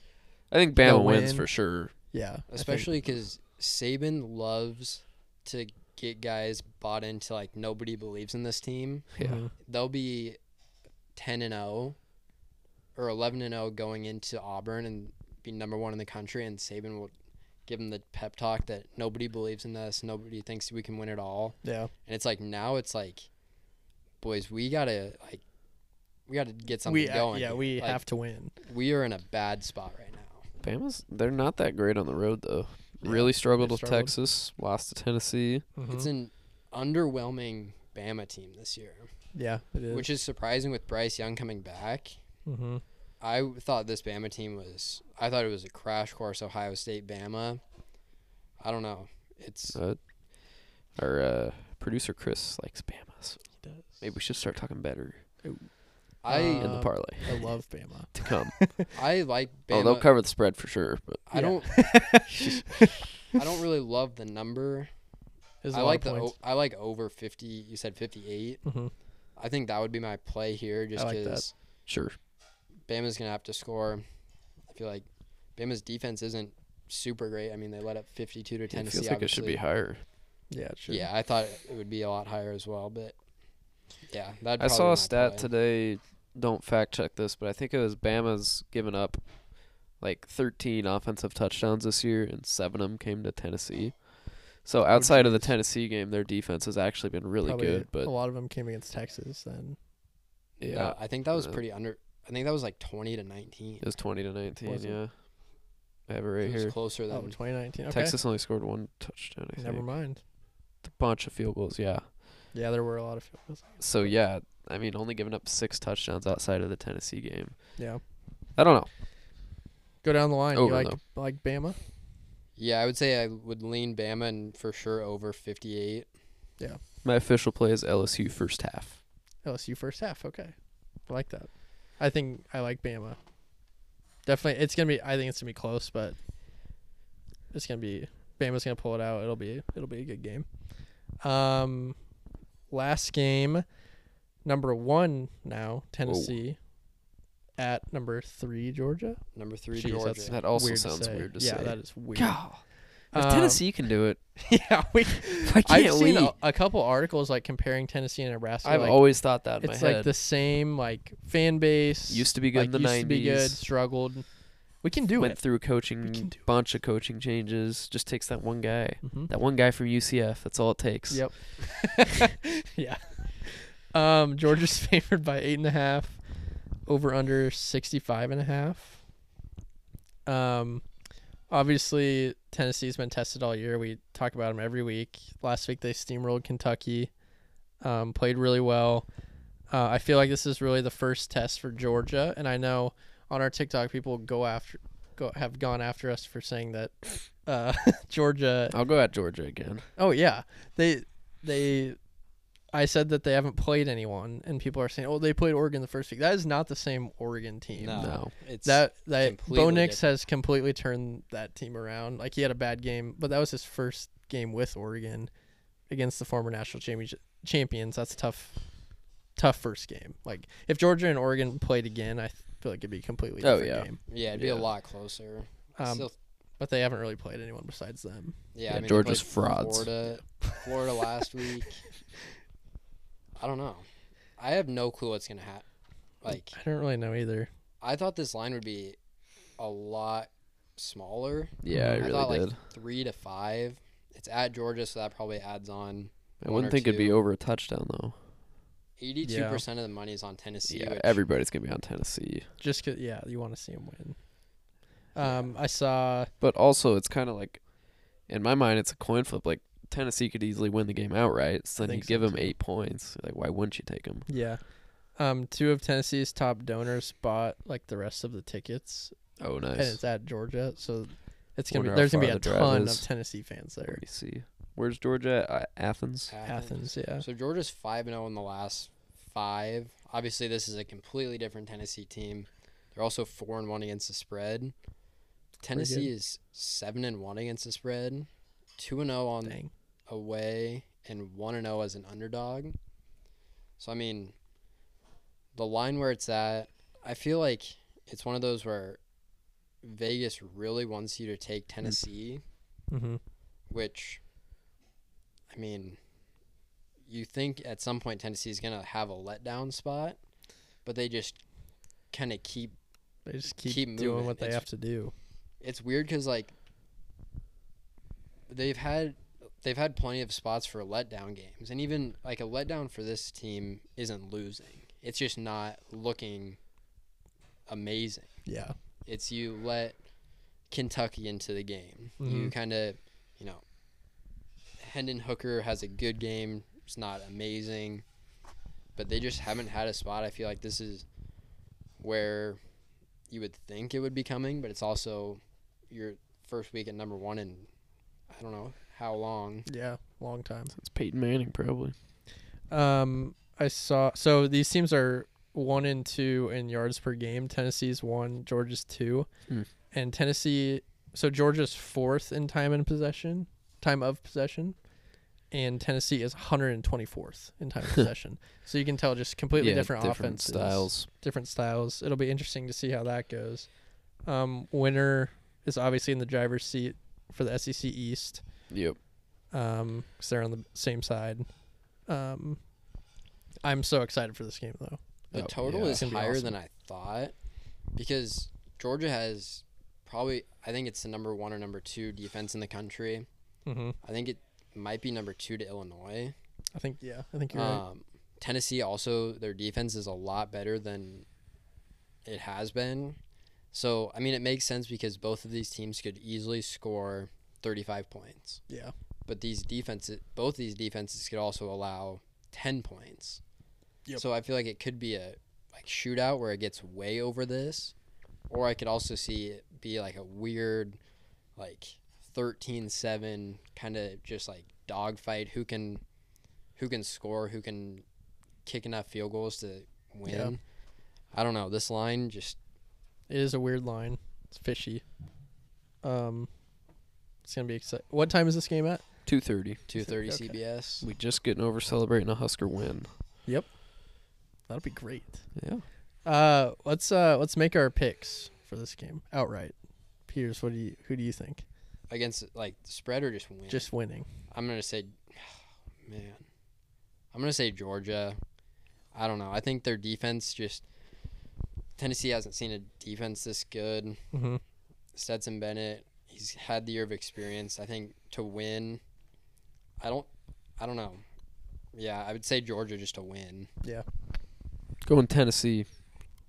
I think They'll Bama wins win. for sure. yeah, I think- Especially because Saban loves to get guys bought into like nobody believes in this team. Yeah. Mhm. They'll be ten and zero or eleven and zero going into Auburn and be number one in the country, and Saban will give them the pep talk that nobody believes in us, nobody thinks we can win at all. Yeah, And it's like now it's like, boys, we gotta like, we gotta get something we uh, going. yeah here. we Like, have to win. We are in a bad spot right now. Bama's they're not that great on the road though. Yeah, really struggled they've with struggled. Texas, lost to Tennessee. Mm-hmm. It's an underwhelming Bama team this year, yeah, it is. which is surprising with Bryce Young coming back. mm-hmm. I w- thought this Bama team was, I thought it was a crash course Ohio State Bama. I don't know. It's Uh, our uh, producer Chris likes Bama. So does. maybe we should start talking better I in the Uh, parlay I love Bama. to come. I like Bama. oh, they'll cover the spread for sure, but I yeah. don't I don't really love the number. There's a I lot like of the o- points. I like over fifty. You said fifty eight. Mhm. I think that would be my play here, just I like that. because sure. Bama's gonna have to score. I feel like Bama's defense isn't super great. I mean, they let up 52 to It Tennessee. feels like it should be obviously. higher. Yeah, it should. Yeah, I thought it would be a lot higher as well, but yeah, that. I saw a stat today. Don't fact check this, but I think it was Bama's given up like 13 offensive touchdowns this year, and seven of them came to Tennessee. So outside of the geez. Tennessee game, their defense has actually been really Probably good. a But lot of them came against Texas. Then yeah, Yeah, I think that was uh, pretty under. I think that was like 20 to 19. it was 20 to 19. Was it? yeah, I have it It right was here. closer than. oh, 2019. Okay. Texas only scored one touchdown. I think Never mind. a bunch of field goals. Yeah. Yeah, there were a lot of field goals. So yeah, I mean, only giving up six touchdowns outside of the Tennessee game. Yeah, I don't know. go down the line. Over, you like like Bama? Yeah, I would say I would lean Bama and for sure over 58. My official play is LSU first half. LSU first half. Okay, I like that. I think I like Bama. Definitely, it's gonna be. I think it's gonna be close, but it's gonna be Bama's gonna pull it out. It'll be it'll be a good game. Um, last game, number one now Tennessee, at number three Georgia. Number three, Jeez, Georgia. that's- That also Weird sounds weird to yeah, say. that is weird. God. If Um, Tennessee can do it, Yeah, we. why I've can't seen we? a, a couple articles like comparing Tennessee and Nebraska. I've like, always thought that in it's my like head. the same like fan base. Used to be good like, in the used to be good. 90s. Struggled. We can do Went it. through can coaching, do bunch of coaching changes. Just takes that one guy. Mm-hmm. That one guy from UCF. That's all it takes. Yep. yeah. Um, Georgia's favored by eight and a half, over under 65 and a half. Um, obviously, Tennessee's been tested all year. We talk about them every week. Last week, they steamrolled Kentucky, um, played really well. Uh, I feel like this is really the first test for Georgia. And I know on our TikTok, people go after. Go, have gone after us for saying that uh, Georgia I'll go at Georgia again. Oh yeah, they they. I said that they haven't played anyone, and people are saying, "Oh, they played Oregon the first week." That is not the same Oregon team. No. No. It's That that Bo completely Nix has completely turned that team around. Like he had a bad game, but that was his first game with Oregon against the former national championship champions. That's a tough, tough first game. Like if Georgia and Oregon played again, I feel like it'd be a completely Oh, different yeah. game. yeah, it'd be a yeah. lot closer. Um, Still, but they haven't really played anyone besides them. yeah, yeah, I mean, they Georgia's played frauds. Florida, Florida last week. I don't know. I have no clue what's gonna happen. Like, I don't really know either. I thought this line would be a lot smaller. Yeah, I I really thought did. like three to five. It's at Georgia, so that probably adds on. I one wouldn't or think it'd be two. over a touchdown though. Eighty-two percent of the money is on Tennessee. Yeah, which everybody's gonna be on Tennessee. just cause yeah you want to see him win um i saw But also, it's kind of like, in my mind, it's a coin flip. Like Tennessee could easily win the game outright. So then you Think so, give them too. eight points. Like why wouldn't you take them? yeah um two of tennessee's top donors bought like the rest of the tickets Oh, and nice. it's at georgia so it's gonna Wonder be how there's gonna be far a the drive ton is. of tennessee fans Let there me see. Where's Georgia? At? Uh, Athens. athens yeah So Georgia's five and zero in the last five. Obviously, this is a completely different Tennessee team. They're also four and one against the spread. Tennessee is seven and one against the spread, two and zero on Dang. away, and one and zero as an underdog. So I mean, the line where it's at, I feel like it's one of those where Vegas really wants you to take Hmm. Tennessee Mm-hmm. which I mean, you think at some point Tennessee's going to have a letdown spot, but they just kind of keep They just keep, Keep doing moving. what they It's- have to do. it's weird cuz like they've had they've had plenty of spots for letdown games and even like a letdown for this team isn't losing. It's just not looking amazing. Yeah. It's you let Kentucky into the game. You Mhm. kind of, you know, Hendon Hooker has a good game. It's not amazing, but they just haven't had a spot. I feel like this is where you would think it would be coming, but it's also your first week at number one in I don't know how long. Yeah. Long time. It's Peyton Manning probably. Um, I saw. So these teams are one and two in yards per game. Tennessee's one, Georgia's two, Hmm. and Tennessee. So Georgia's fourth in time in possession, time of possession, and Tennessee is 124th in time of possession. So you can tell just completely yeah, different, different offenses, styles. different styles. It'll be interesting to see how that goes. Um, winner is obviously in the driver's seat for the SEC East Yep. um, because they're on the same side. Um, I'm so excited for this game though. The Oh, total yeah. is It's gonna be higher awesome. than I thought because Georgia has probably I think it's the number one or number two defense in the country. Mm-hmm. I think it might be number two to Illinois. I think yeah, I think you're Uh, right. Um, Tennessee also their defense is a lot better than it has been. So I mean, it makes sense because both of these teams could easily score 35 points, Yeah, but these defenses, both these defenses, could also allow 10 points. Yep. So I feel like it could be a like shootout where it gets way over this, or I could also see it be like a weird, like 13-7 kind of just like dogfight. Who can, who can score? Who can kick enough field goals to win? Yeah. I don't know. This line just it is a weird line. It's fishy. Um, it's gonna be exciting. What time is this game at? Two thirty. two thirty Okay. CBS. We just getting over celebrating a Husker win. That'll be great. Yeah. Uh, let's uh let's make our picks for this game outright. Piers, what do you who do you think? against like the spread or just win? Just winning. I'm gonna say, man, I'm gonna say Georgia. I don't know. I think their defense just Tennessee hasn't seen a defense this good. Mm-hmm. Stetson Bennett, he's had the year of experience. I think to win, I don't, I don't know. Yeah, I would say Georgia just to win. Going Tennessee,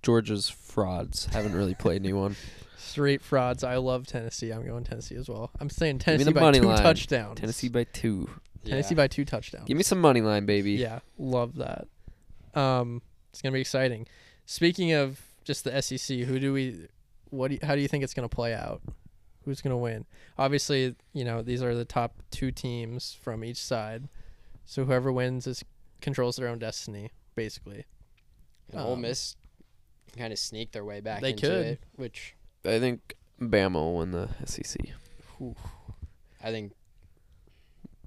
Georgia's frauds haven't really played anyone. Straight frauds. I love Tennessee. I'm going Tennessee as well. I'm saying Tennessee the by money two line. touchdowns. Tennessee by two. Tennessee Yeah. by two touchdowns. Give me some money line, baby. Yeah, love that. Um, it's gonna be exciting. Speaking of just the SEC, who do we? What? Do you, how do you think it's gonna play out? Who's gonna win? Obviously, you know these are the top two teams from each side, so whoever wins is controls their own destine, basically. And Ole Um, Miss kind of sneaked their way back They into could. it, which I think Bama will win the E SEC. I think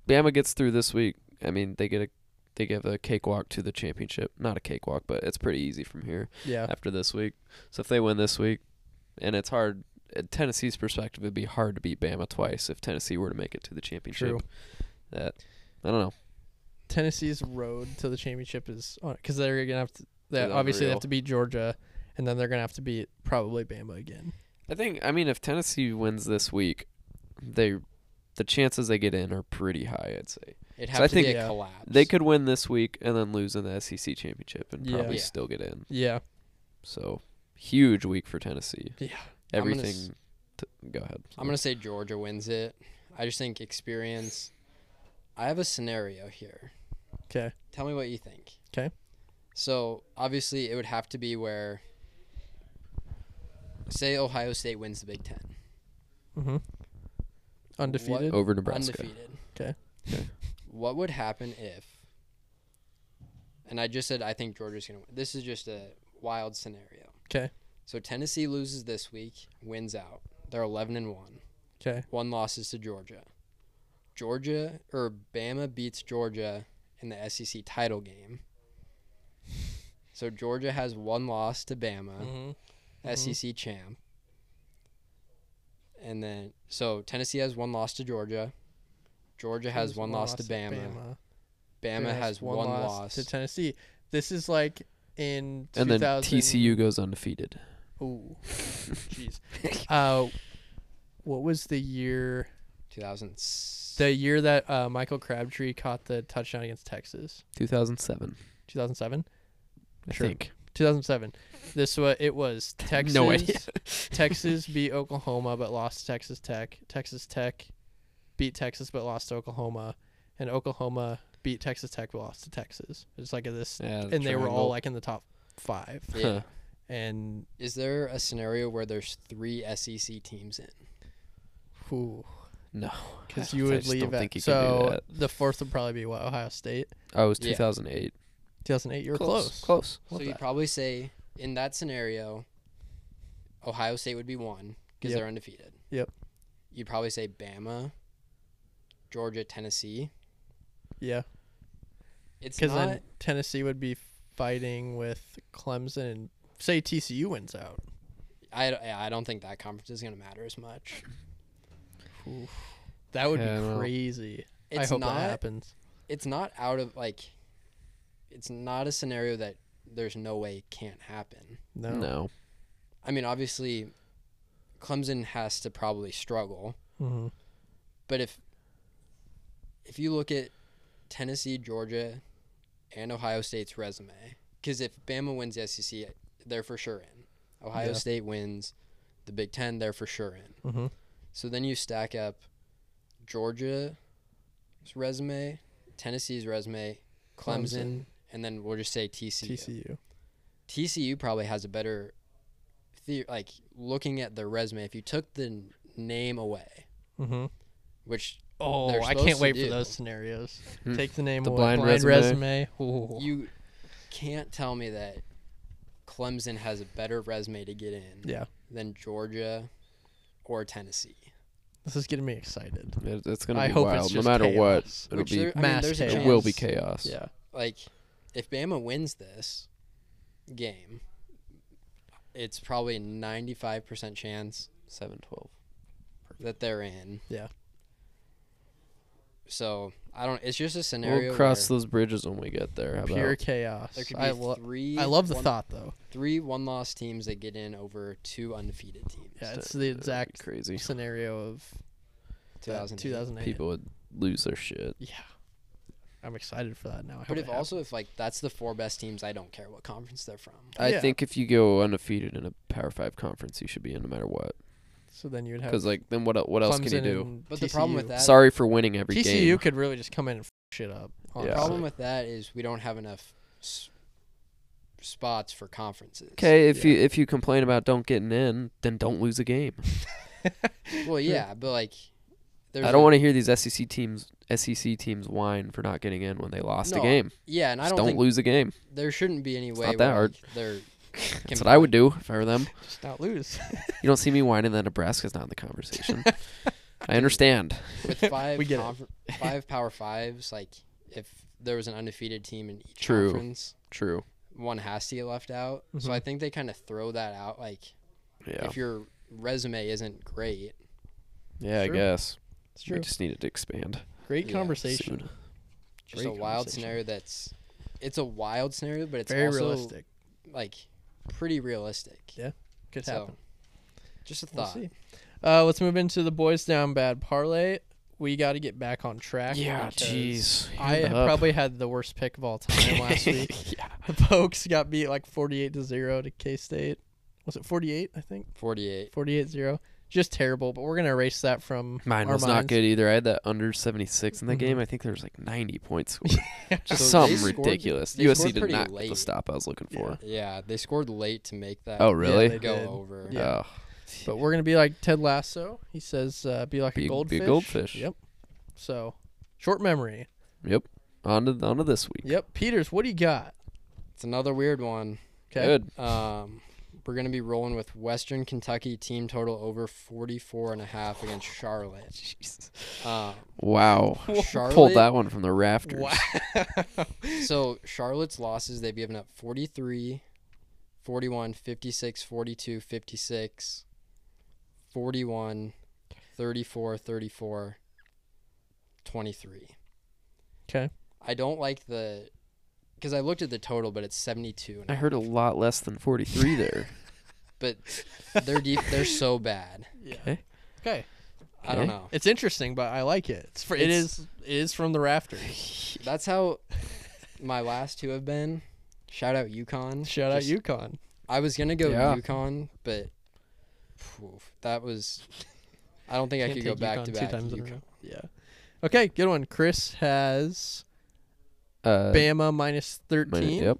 Bama gets through this week. I mean, they get a they give a cakewalk to the championship. Not a cakewalk, but it's pretty easy from here Yeah, after this week. So if they win this week, and it's hard. At Tennessee's perspective, it'd be hard to beat Bama twice if Tennessee were to make it to the championship. true. That I don't know. Tennessee's road to the championship is because they're gonna have to. That Is obviously they unreal. have to beat Georgia, and then they're gonna have to beat probably Bama again. I think I mean if Tennessee wins this week, they the chances they get in are pretty high. I'd say it I has to think- be a Yeah. collapse. they could win this week and then lose in the SEC championship and Yeah. probably Yeah. still get in. Yeah, So huge week for Tennessee. Yeah. I'm gonna s- Everything. T- go ahead. I'm gonna say Georgia wins it. I just think experience. I have a scenario here. 'Kay. Tell me what you think. 'Kay. So obviously, it would have to be where, say, Ohio State wins the Big Ten, Mm-hmm. undefeated. over Nebraska. undefeated. 'Kay. What would happen if? And I just said I think Georgia's gonna. win. This is just a wild scenario. 'Kay. So Tennessee loses this week, wins out. They're 11 and one. Okay. one loss is to Georgia. Georgia or Bama beats Georgia in the SEC title game. So Georgia has one loss to Bama, Mm-hmm. SEC E champ. And then so Tennessee has one loss to Georgia. Georgia has one, loss, to Bama. Bama, has one, loss. to Tennessee. This is like in And then 2000 TCU goes undefeated. Ooh, jeez. uh, what was the year? 2000. The year that uh, Michael Crabtree caught the touchdown against Texas, 2007, 2007. I Sure. think. 2007. This was it was Texas. No idea. Texas beat Oklahoma but lost to Texas Tech. Texas Tech beat Texas but lost to Oklahoma, and Oklahoma beat Texas Tech but lost to Texas. It's like this, Yeah, and they were all like in the top five. Yeah. And Is there a scenario where there's three SEC teams in? no, because I you don't- I would just don't leave it. think you can do so that. the fourth would probably be what Ohio State. I was Yeah. 2008. 2008. You were close. Close. so you'd probably say in that scenario, Ohio State would be one because Yep. they're undefeated. Yep. You'd probably say Bama, Georgia, Tennessee. Yeah, It's because not. then Tennessee would be fighting with Clemson. and Say TCU wins out. I, d- I don't think that conference is going to matter as much. That would Yeah, I be know. crazy. It's I hope not. that happens. It's not out of like. It's not a scenario that there's no way it can't happen. No. No. I mean, obviously, Clemson has to probably struggle. Mm-hmm. But if if you look at Tennessee, Georgia, and Ohio State's resume, because if Bama wins the SEC, they're for sure in. Ohio Yeah. State wins the Big Ten, they're for sure in. Mm-hmm. So then you stack up Georgia's resume, Tennessee's resume, Clemson, Clemson. and then we'll just say TCU. TCU, TCU. probably has a better, the- like looking at their resume. If you took the n- name away, Mm-hmm. which Oh, They're I supposed can't to wait do. for those scenarios. Hmm. Take the name The away. blind resume. resume. Ooh. you can't tell me that Clemson has a better resume to get in yeah, than Georgia or Tennessee. this is getting me excited. It- it's gonna I be hope wild. it's no just matter chaos. what, it'll Which be there- I mean, mass there's a chaos. it will be chance, chaos. Yeah, Like, if Bama wins this game, it's probably a 95% chance Seven twelve. that they're in. Yeah. So I don't. It's just a scenario. We'll cross where those bridges when we get there. How Pure about? chaos. there could be I, lo- three. I love the one- thought though. Three one-loss teams that get in over two undefeated teams. Yeah, Just it's the That'd be exact crazy. scenario of Two that thousand. 2008. People would lose their shit. Yeah, I'm excited for that now. I hope But it if happens. also if like that's the four best teams, I don't care what conference they're from. I Yeah. think if you go undefeated in a Power Five conference, you should be in no matter what. so then you would have Because like, then what? el- What else can you Clemson do? and But the problem with TCU. that- Sorry for winning every TCU game. could really just come in and f- shit up. Yeah. The honestly. problem with that is we don't have enough s- spots for conferences. Okay, if Yeah. you if you complain about don't getting in, then don't lose a game. Well, yeah, but like, there's I don't a- want to hear these SEC teams SEC teams whine for not getting in when they lost No, a game. Yeah, and I Just don't, don't, think lose a game. there shouldn't be any way. not that where, hard. like, they're That's what I would do if I were them. just not lose. You don't see me whining that Nebraska's not in the conversation. I understand. with five We get it. confer- five Power Fives. Like, if there was an undefeated team in each True. conference, True. one has to get left out. So Mhm. I think they kind of throw that out. Like, Yeah. if your resume isn't great, Yeah, Sure. I guess. It's We true. just needed to expand Great Yeah. conversation. soon. just Great a wild conversation. scenario. That's it's a wild scenario, but it's Very also realistic. like pretty realistic. Yeah, Could so- happen. Just a We'll thought. see. Uh, let's move into the boys down bad parlay. We got to get back on track. Yeah, because jeez. I Hand up. probably had the worst pick of all time last week. yeah. The Pokes got beat like 48 to 0 to K State. Was it 48? I think Forty-eight. 48 0. Just terrible, but we're going to erase that from Mine our was not minds. good either. I had that under 76 in the Mhm. game. I think there was like 90 points scored. Just Mm-hmm. So they something scored- ridiculous. they USC scored did pretty not get the late. stop I was looking Yeah. for. Yeah, they scored late to make that. Oh, Yeah, really? they go did. over. Yeah. Oh. But we're going to be like Ted Lasso. He says, uh, be like Be- be a a goldfish. goldfish. Yep. So, short memory. Yep. On to, on to this week. Yep. Peters, what do you got? It's another weird one. Good. Um, we're gonna be rolling with Western Kentucky team total over 44 and a half against Charlotte. Jesus. Uh, Wow. Charlotte. Pulled that one from the rafters. Wow. So Charlotte's losses they've given up 43, 41, 56, 42, 56, 41, 34, 34, 23. 'Kay. I don't like the because I looked at the total, but it's 72. And I heard a lot less than 43 there. but they're deep. They're so bad. yeah. 'Kay. Okay. I don't Okay. know. It's interesting, but I like it. It's, fr- it It's- is it is from the rafters. That's how my last two have been. Shout out UConn. Shout out Just- UConn. I was gonna go Yeah. UConn, but phew, that was. I don't think I could Can't go take back UConn to two back. times in a UConn. row. Yeah. Okay, good one. Chris has Uh, Bama minus my- thirteen Yep.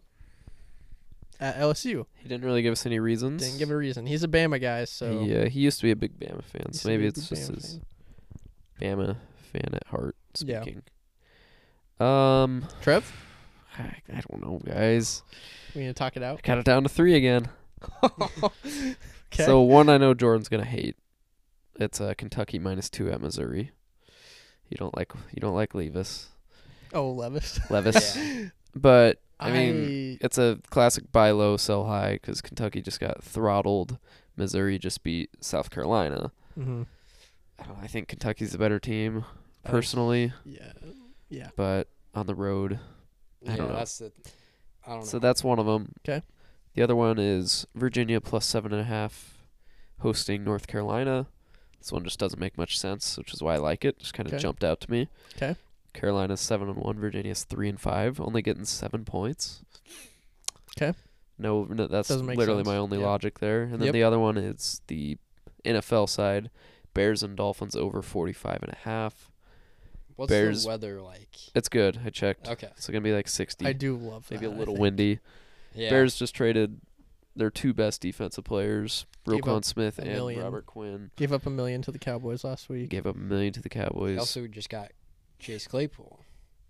at LSU. He didn't really give us any reasons. Didn't give a reason. He's a Bama guy, so He, uh, he used to be a big Bama fan, Used so to be a maybe big it's just Bama his Bama fan at heart Yeah. speaking. Um, Trev, I, I don't know, guys. we need to talk it out. I got it down to three again. okay. So one I know Jordan's gonna hate. It's uh, Kentucky minus two at Missouri. You don't like you don't like Levis oh Levis. Levis, but I mean I- it's a classic buy low sell high because Kentucky just got throttled. Missouri just beat South Carolina. Mhm. I don't know, I think Kentucky's the better team I- personally, yeah. but on the road. I yeah, don't know. that's the. Oh, I don't know. So that's one of them. 'Kay. The other one is Virginia plus seven and a half, hosting North Carolina. This one just doesn't make much sense, which is why I like it. Just kind of 'Kay. jumped out to me. 'Kay. Carolina's seven and one. Virginia's three and five. Only getting seven points. 'Kay. No, no, that's Doesn't make literally my sense. only Yeah. logic there. And then Yep. the other one is the NFL side. Bears and Dolphins over 45 and a half. What's Bears- the weather like? It's good. I checked. Okay. It's going to be like 60. I do love maybe a that, I little think. windy. Yeah. Bears just traded their two best defensive players, Gave up Roquan Smith a and million. Robert Quinn. Gave up a million to the Cowboys last He week. gave up a million to the They Cowboys. also just got Chase Claypool.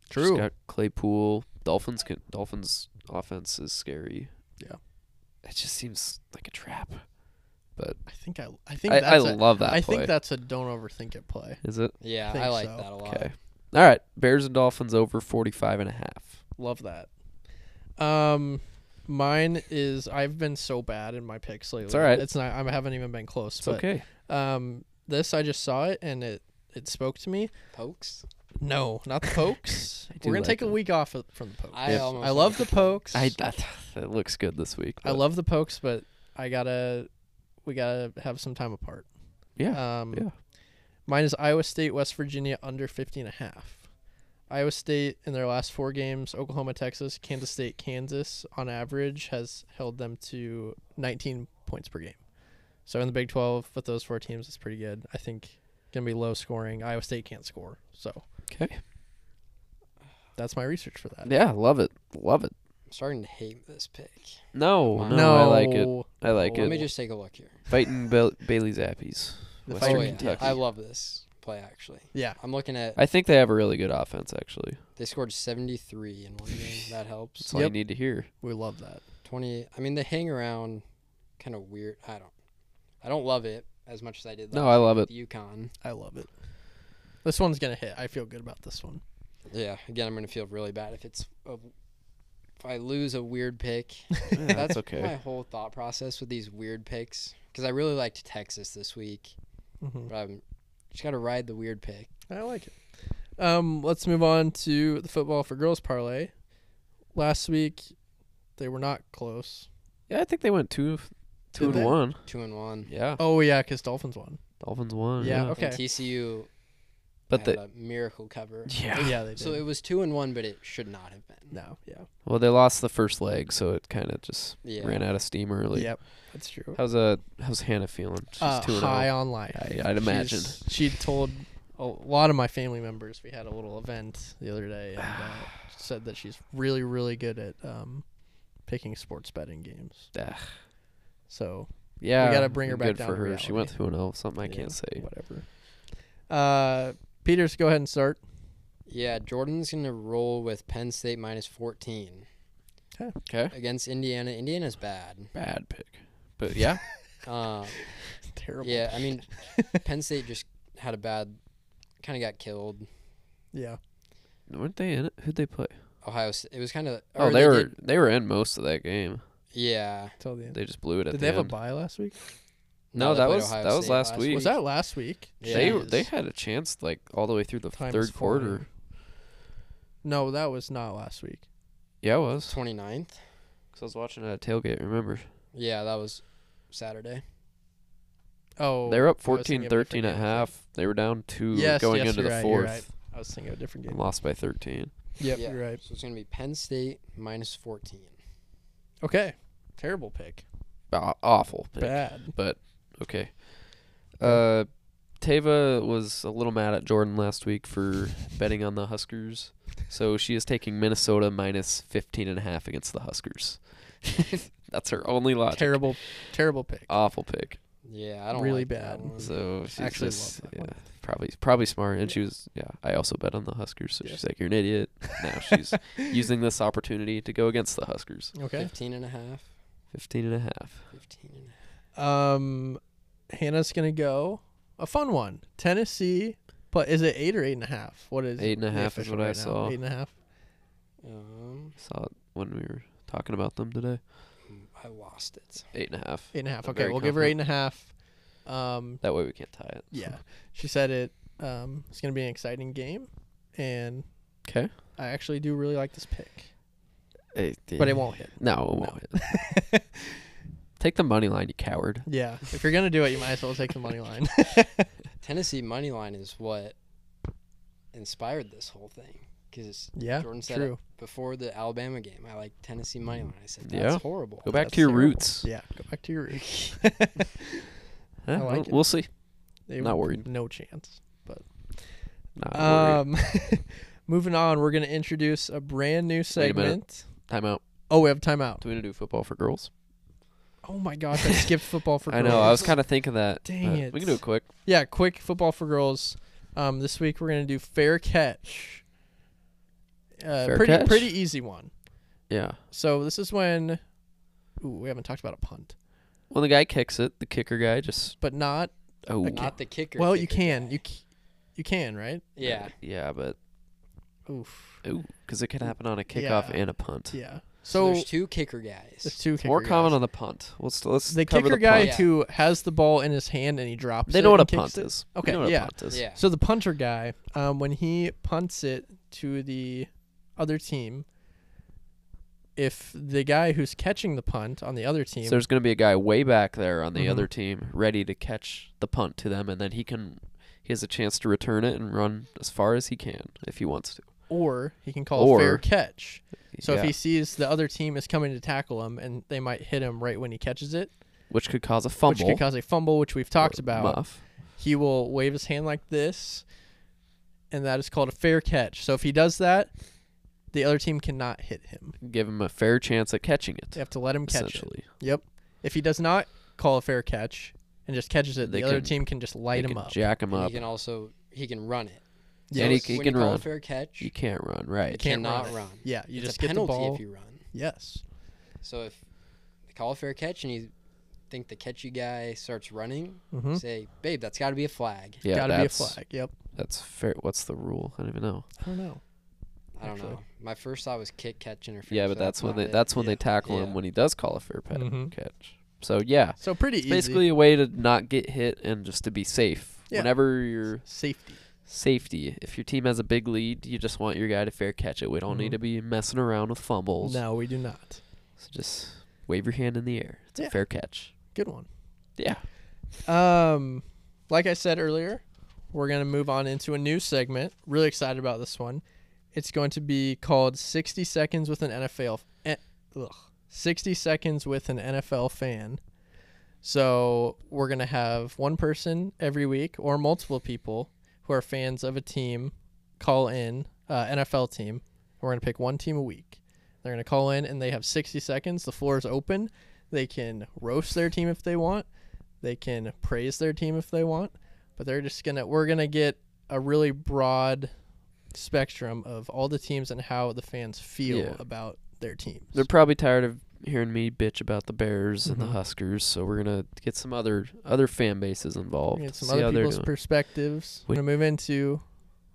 Just True. got Claypool. Dolphins can, Dolphins offense is scary. Yeah. It just seems like a trap. I think I I I, think I that's a- love that I play. think that's a don't overthink it play. is it? Yeah, Think I like so. that a lot. Okay. All right. Bears and Dolphins over 45 and a half. Love that. Um, mine is I've been so bad in my picks lately. all right. It's not. I haven't even been close. It's but, okay. Um, this I just saw it and it it spoke to me. Pokes. No, not the Pokes. do We're gonna like take a them. week off of- from the Pokes. I Yep. almost I love the Pokes. I that, that looks good this week. I but- love the Pokes, but I gotta we gotta have some time apart. Yeah. Um, yeah. Mine is Iowa State, West Virginia under 50 and a half. Iowa State in their last four games, Oklahoma, Texas, Kansas State, Kansas, on average has held them to 19 points per game. So in the Big 12 with those four teams, it's pretty good. I think gonna be low scoring. Iowa State can't score, so Okay. that's my research for that. Yeah, love it. Love it. I'm starting to hate this pick. No, Wow. no, I like it. I like No. it. Let me just take a look here. Oh, Fighting Ba- Bailey Zappies. The Western Fighting- yeah. Kentucky. I love this play actually. Yeah, I'm looking at I think they have a really good offense, actually. they scored 73 in one game. That helps. That's all Yep. you need to hear. we love that. 20. I mean, they hang around kind of weird. I don't. I don't love it as much as I did. No, last I week love with UConn. I love it. This one's gonna hit. I feel good about this one. Yeah. Again, I'm gonna feel really bad if it's a, if I lose a weird pick. Yeah, That's that's okay. my whole thought process with these weird picks because I really liked Texas this week, Mhm. Mm-hmm. but I'm just gotta ride the weird pick. I like it. Um, let's move on to the football for girls parlay. Last week, they were not close. Yeah, I think they went two, two Did and they? one. Two and one. Yeah, Oh yeah, because Dolphins won. Dolphins won. Yeah, Yeah, okay. And TCU but had the a miracle cover. yeah. Yeah, they did. So it was two and one, but it should not have been. no, yeah, Well, they lost the first leg, so it kind of just Yeah. ran out of steam early. yep, that's true. How's uh How's Hannah feeling? She's Uh, two and high oh. on life. I, I'd imagine. She's- she told a lot of my family members. We had a little event the other day and uh, said that she's really, really good at um, picking sports betting games. Ugh. So Yeah, gotta bring her back good down for to her. She went reality. two and oh. Something I yeah, can't say. Whatever. Uh, Peters, go ahead and start. Yeah, Jordan's gonna roll with Penn State minus fourteen Okay, against Indiana. Indiana's bad. bad pick, but yeah, Um, Terrible. yeah, I mean, Penn State just had a bad, kind of got killed. Yeah. weren't they in it? Who'd they play? Ohio, State, it was kind of. Oh, they, were they were in most of that game. yeah. Till the end. They just blew it at Did the they have end. a bye last week? No, that they played was- Ohio that was State last week. Was that last week? Yeah. They Jeez. they had a chance like all the way through the Time is third flying. quarter. No, that was not last week. Yeah, it was. 29th? Cause I was watching at a tailgate. Remember, Yeah, that was Saturday. Oh, they were up I was 14, thinking of a 13 at different game. half. They were down two Yes, going yes, into you're the right, you're fourth. right. I was thinking of a different and game. Lost by thirteen. Yep, Yeah. you're right. So it's gonna be Penn State minus fourteen. Okay. Terrible pick. Aw- awful pick. Bad. But okay. Uh, Tava was a little mad at Jordan last week for betting on the Huskers, so she is taking Minnesota minus 15 and a half against the Huskers. That's her only logic. Terrible, terrible pick. Awful pick. Yeah, I don't Really like that bad. one. So she's Actually love just, that yeah, one. probably probably smart. And she was yeah. I also bet on the Huskers, so Yes. she's like you're an idiot. Now she's using this opportunity to go against the Huskers. okay. 15 and a half. 15 and a half. 15 and a half. Um, Hannah's gonna go a fun one. Tennessee, but is it eight or eight and a half? What is Eight and a the half is official what I right now? saw. Eight and a half. Um, hmm, Saw it when we were talking about them today. I lost it. Eight and a half. Eight and a half. I'm Okay, very we'll give her eight and a half. Um, That way we can't tie it. Yeah, she said it. Um, it's gonna be an exciting game, and Okay. I actually do really like this pick, but it won't hit. No, it won't. Take the money line, you coward. Yeah, if you're gonna do it, you might as well take the money line. Tennessee money line is what inspired this whole thing because yeah, Jordan said true. before the Alabama game, I like Tennessee money line. I said that's Yeah. horrible. Go back That's to your terrible. roots. Yeah, go back to your roots. Eh, I like we'll, it. we'll see. They- Not worried. No chance. Not worried. Um, moving on, we're gonna introduce a brand new Wait a minute. segment. Time out. Oh, we have timeout. Do we need to do football for girls? Oh my gosh, I skipped football for. I know. girls. I was kind of thinking that. Dang but it. We can do it quick. Yeah, quick football for girls. Um, this week we're gonna do fair catch. Uh, Fair pretty catch? pretty easy one. Yeah. So this is when, ooh, we haven't talked about a punt, When the guy kicks it, the kicker guy just. but not. Oh. Not the kicker. well, you kicker can, guy. you c- you can, right? yeah. Yeah, but Oof. ooh, because it can happen on a kickoff Yeah. and a punt. Yeah. So, So there's two kicker guys. it's two kicker More guys. comment on the punt. Let's let's the cover kicker the guy punt. who has the ball in his hand and he drops. They it know what a and kicks punt it. is. They Okay, know what a yeah. punt is. Yeah. So the punter guy, um, when he punts it to the other team, if the guy who's catching the punt on the other team, So there's going to be a guy way back there on the Mhm. other team ready to catch the punt to them, and then he can he has a chance to return it and run as far as he can if he wants to. or he can call a fair Or- catch. So Yeah. if he sees the other team is coming to tackle him and they might hit him right when he catches it, which could cause a fumble, which could cause a fumble, which we've talked or about. muff. he will wave his hand like this, and that is called a fair catch. So if he does that, the other team cannot hit him. give him a fair chance at catching it. They have to let him catch it. essentially, Yep. If he does not call a fair catch and just catches it, They the other can- team can just light They him can up. jack him And up. he can also he can run it. Yeah, and he So c- he when can you call a run. fair catch, You can't run, right? can't cannot run run. it. Yeah, you it's just a get the penalty ball. if you run. Yes. So if they call a fair catch and you think the catchy guy starts running, Mm-hmm. say, "Babe, that's got to be a flag." Yeah, Got to be a that's flag. Yep. that's fair. What's the rule? I don't even know. I don't know. I don't Actually. know. My first thought was kick catch interference. Yeah, so but that's when not they it. that's when Yeah. they tackle him Yeah. when he does call a fair pat Mhm. catch. So yeah, So pretty it's easy. basically a way to not get hit and just to be safe. Yeah. Whenever you're safety. safety, if your team has a big lead, you just want your guy to fair catch it. We don't Mhm. need to be messing around with fumbles. No, we do not. So just wave your hand in the air. It's Yeah. a fair catch. Good one. Yeah. Um, like I said earlier, we're gonna move on into a new segment. Really excited about this one. It's going to be called "60 Seconds with an NFL." eh, Ugh, 60 Seconds with an NFL Fan. So we're gonna have one person every week, or multiple people who are fans of a team, call in uh, NFL team. We're gonna pick one team a week. They're gonna call in, and they have 60 seconds. The floor is open. They can roast their team if they want. They can praise their team if they want, but they're just gonna we're gonna get a really broad spectrum of all the teams and how the fans feel Yeah. about their teams. They're probably tired of hearing me bitch about the Bears and Mhm. the Huskers, so we're gonna get some other other fan bases involved. We get some see how other they're people's doing. perspectives. We're We- gonna move into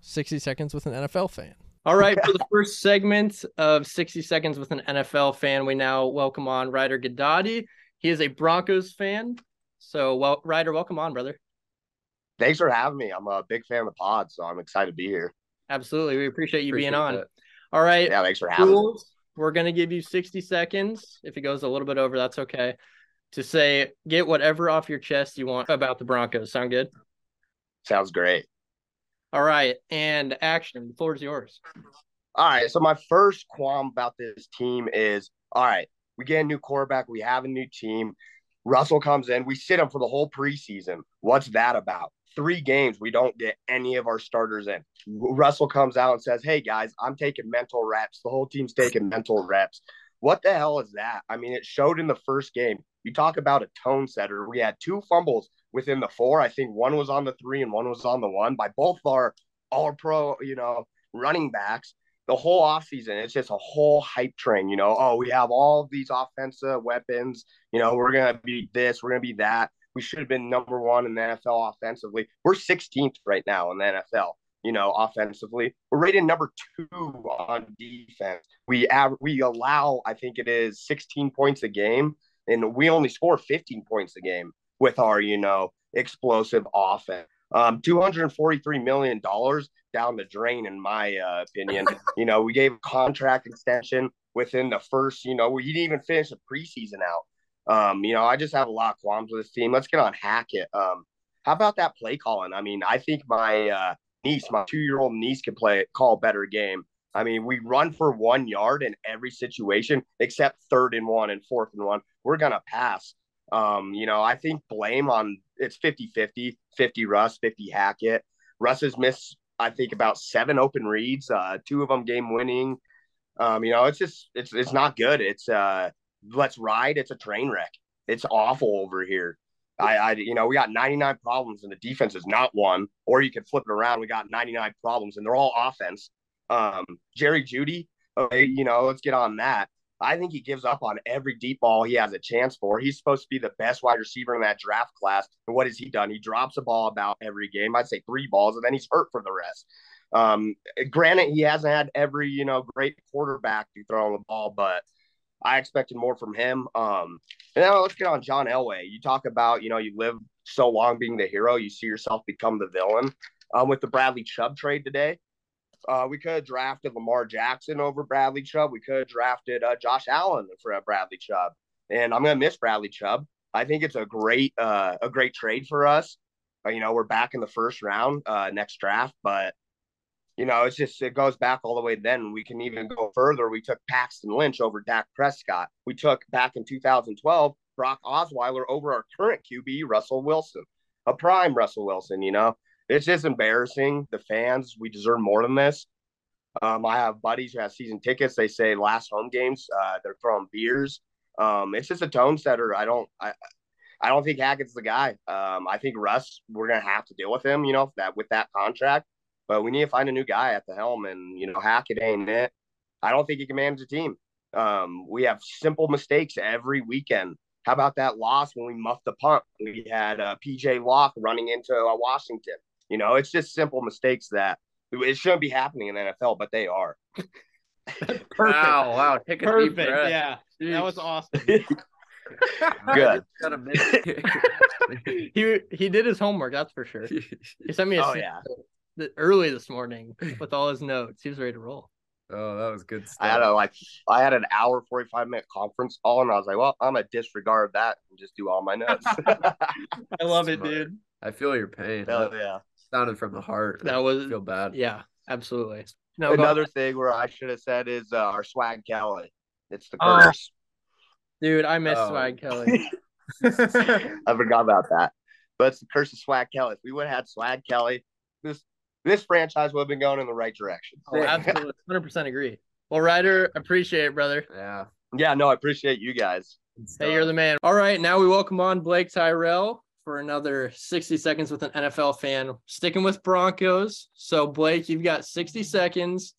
60 seconds with an NFL fan. All right, for the first segment of 60 Seconds with an NFL fan, we now welcome on Ryder Gadadi. He is a Broncos fan. So, well, Ryder, welcome on, brother. Thanks for having me. I'm a big fan of the pod, so I'm excited to be here. Absolutely. We appreciate you being Appreciate on. that. All right, Yeah, thanks for having me. rules. We're going to give you 60 seconds. If it goes a little bit over, that's okay. To say, get whatever off your chest you want about the Broncos. Sound good? Sounds great. All right. And action. The floor is yours. All right. So my first qualm about this team is all right, we get a new quarterback, we have a new team. Russell comes in, we sit him for the whole preseason. What's that about? Three games, we don't get any of our starters in. Russell comes out and says, Hey guys, I'm taking mental reps. The whole team's taking mental reps. What the hell is that? I mean, it showed in the first game. You talk about a tone setter. We had two fumbles within the four. I think one was on the three and one was on the one by both our all pro, you know, running backs the whole offseason, it's just a whole hype train, you know. Oh, we have all these offensive weapons, you know, we're gonna be this, we're gonna be that. We should have been number one in the NFL offensively. We're 16th right now in the NFL, you know, offensively. We're rated number two on defense. We av- we allow, I think it is 16 points a game, and we only score 15 points a game with our, you know, explosive offense. Um, 243 million dollars down the drain, in my uh, opinion. You know, we gave a contract extension within the first, you know, we didn't even finish the preseason out. Um, you know, I just have a lot of qualms with this team. Let's get on Hackett. Um, how about that play calling? I mean, I think my uh, niece, my two year old niece, can play call a better game. I mean, we run for one yard in every situation except third and one and fourth and one. We're going to pass. Um, you know, I think blame on it's 50 50, 50 Russ, 50 Hackett. Russ has missed I think about seven open reads, uh, two of them game winning. Um, you know, it's just it's it's not good. It's uh, let's ride. It's a train wreck. It's awful over here. I, I you know we got 99 problems and the defense is not one. Or you could flip it around. We got 99 problems and they're all offense. Um, Jerry Judy, okay, you know, let's get on that. I think he gives up on every deep ball he has a chance for. He's supposed to be the best wide receiver in that draft class. And what has he done? He drops a ball about every game. I'd say three balls, and then he's hurt for the rest. Um, granted, he hasn't had every, you know, great quarterback to throw him the ball, but I expected more from him. Um, and now let's get on John Elway. You talk about, you know, you live so long being the hero, you see yourself become the villain. Um, with the Bradley Chubb trade today, uh, we could have drafted Lamar Jackson over Bradley Chubb. We could have drafted uh, Josh Allen for uh, Bradley Chubb. And I'm going to miss Bradley Chubb. I think it's a great uh, a great trade for us. Uh, you know, we're back in the first round uh, next draft, but you know, it's just it goes back all the way. Then we can even go further. We took Paxton Lynch over Dak Prescott. We took back in 2012 Brock Osweiler over our current QB Russell Wilson, a prime Russell Wilson. You know, it's just embarrassing. The fans, we deserve more than this. Um, I have buddies who have season tickets. They say last home games, uh, they're throwing beers. Um, it's just a tone setter. I don't, I, I don't think Hackett's the guy. Um, I think Russ, we're gonna have to deal with him. You know that with that contract, but we need to find a new guy at the helm. And you know Hackett ain't it. I don't think he can manage a team. Um, we have simple mistakes every weekend. How about that loss when we muffed the punt? We had uh, PJ Locke running into uh, Washington. You know, it's just simple mistakes that it shouldn't be happening in the NFL, but they are. Perfect. Wow, wow. Take a Perfect. deep breath. Yeah. That was awesome. I just Good. gotta miss- he he did his homework, that's for sure. He sent me a Oh snap yeah, th- early this morning with all his notes. He was ready to roll. oh, that was good stuff. I had a like I had an hour forty five minute conference all, and I was like, well, I'm gonna disregard that and just do all my notes. I love it, Smart. dude. I feel your pain. Hell That yeah. sounded from the heart. That I was feel bad. yeah, absolutely. No, go- Another thing where I should have said is uh, our swag Kelly. It's the Oh. curse. dude, I miss Oh. Swag Kelly. I forgot about that. But it's the curse of swag Kelly. If we would have had swag Kelly, this this franchise would have been going in the right direction. Oh, absolutely, hundred percent agree. Well, Ryder, appreciate it, brother. Yeah. yeah, no, I appreciate you guys. good stuff. Hey, you're the man. All right, now we welcome on Blake Tyrell for another 60 seconds with an NFL fan. Sticking with Broncos. So, Blake, you've got 60 seconds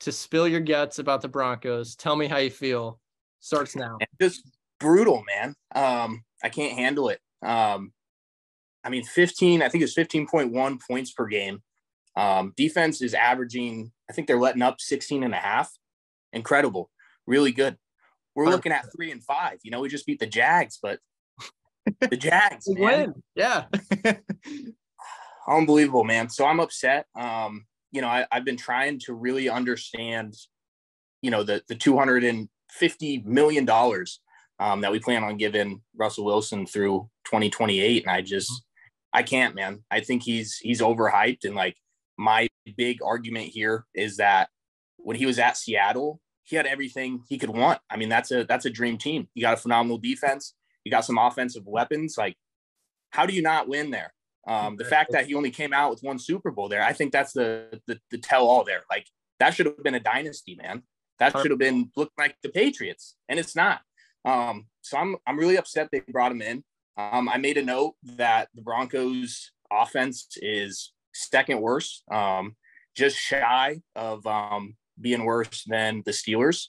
to spill your guts about the Broncos. Tell me how you feel. Starts now. just brutal, man. Um, I can't handle it. Um, I mean, 15, I think it's 15.1 points per game. Um, defense is averaging, I think they're letting up 16 and a half. Incredible. Really good. We're looking at three and five. You know, we just beat the Jags, but the Jags, We man. win. Yeah. unbelievable, man. So I'm upset. Um, you know, I, I've been trying to really understand, you know, the the 250 million dollars um, that we plan on giving Russell Wilson through 2028, and I just I can't, man. I think he's he's overhyped, and like my big argument here is that when he was at Seattle, he had everything he could want. I mean, that's a that's a dream team. You got a phenomenal defense. You got some offensive weapons. Like, how do you not win there? Um, the fact that he only came out with one Super Bowl there, I think that's the the, the tell all there. Like that should have been a dynasty, man. That should have been looked like the Patriots, and it's not. Um, so I'm I'm really upset they brought him in. Um, I made a note that the Broncos' offense is second worst, um, just shy of um, being worse than the Steelers.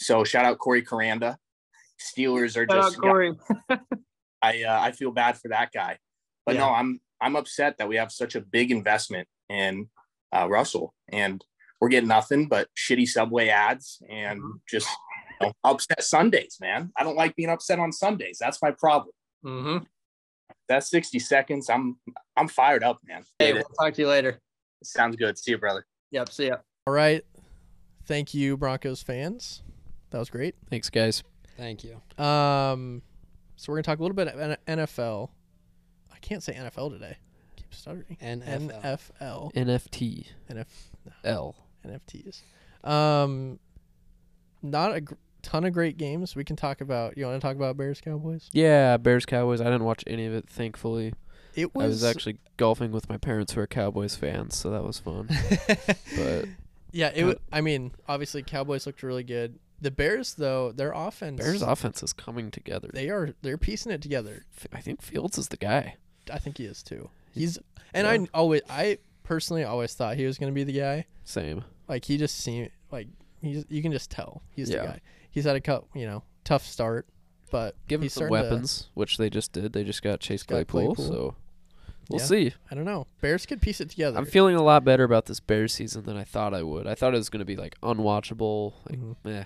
So shout out Corey Caranda. Steelers are just I uh, I feel bad for that guy. But no, I'm I'm upset that we have such a big investment in uh, Russell, and we're getting nothing but shitty Subway ads and just you know, upset Sundays, man. I don't like being upset on Sundays. That's my problem. hmm That's 60 seconds. I'm I'm fired up, man. Hey, we'll talk to you later. Sounds good. See you, brother. Yep. See ya. All right. Thank you, Broncos fans. That was great. Thanks, guys. Thank you. Um, so we're gonna talk a little bit of N- NFL. I can't say NFL today. keep stuttering. NFL. NFL. NFT NF- L. NFTs. Um, not a gr- ton of great games we can talk about. You want to talk about Bears Cowboys? Yeah, Bears Cowboys. I didn't watch any of it, thankfully. It I was was, actually golfing with my parents who are Cowboys fans, so that was fun. but yeah. It. wa- I mean, obviously Cowboys looked really good. The Bears though, their offense. Bears offense is coming together. They are they're piecing it together. F- I think Fields is the guy. I think he is too. He's and I always I personally always thought he was gonna be the guy. Same. Like he just seemed like he's you can just tell he's Yeah. the guy. He's had a cut you know tough start, but Give him he's some starting to- weapons, which they just did. They just got Chase got Claypool, Claypool. so we'll Yeah. see. I don't know. Bears could piece it together. I'm feeling a lot better about this Bears season than I thought I would. I thought it was going to be like unwatchable, like Mhm. meh.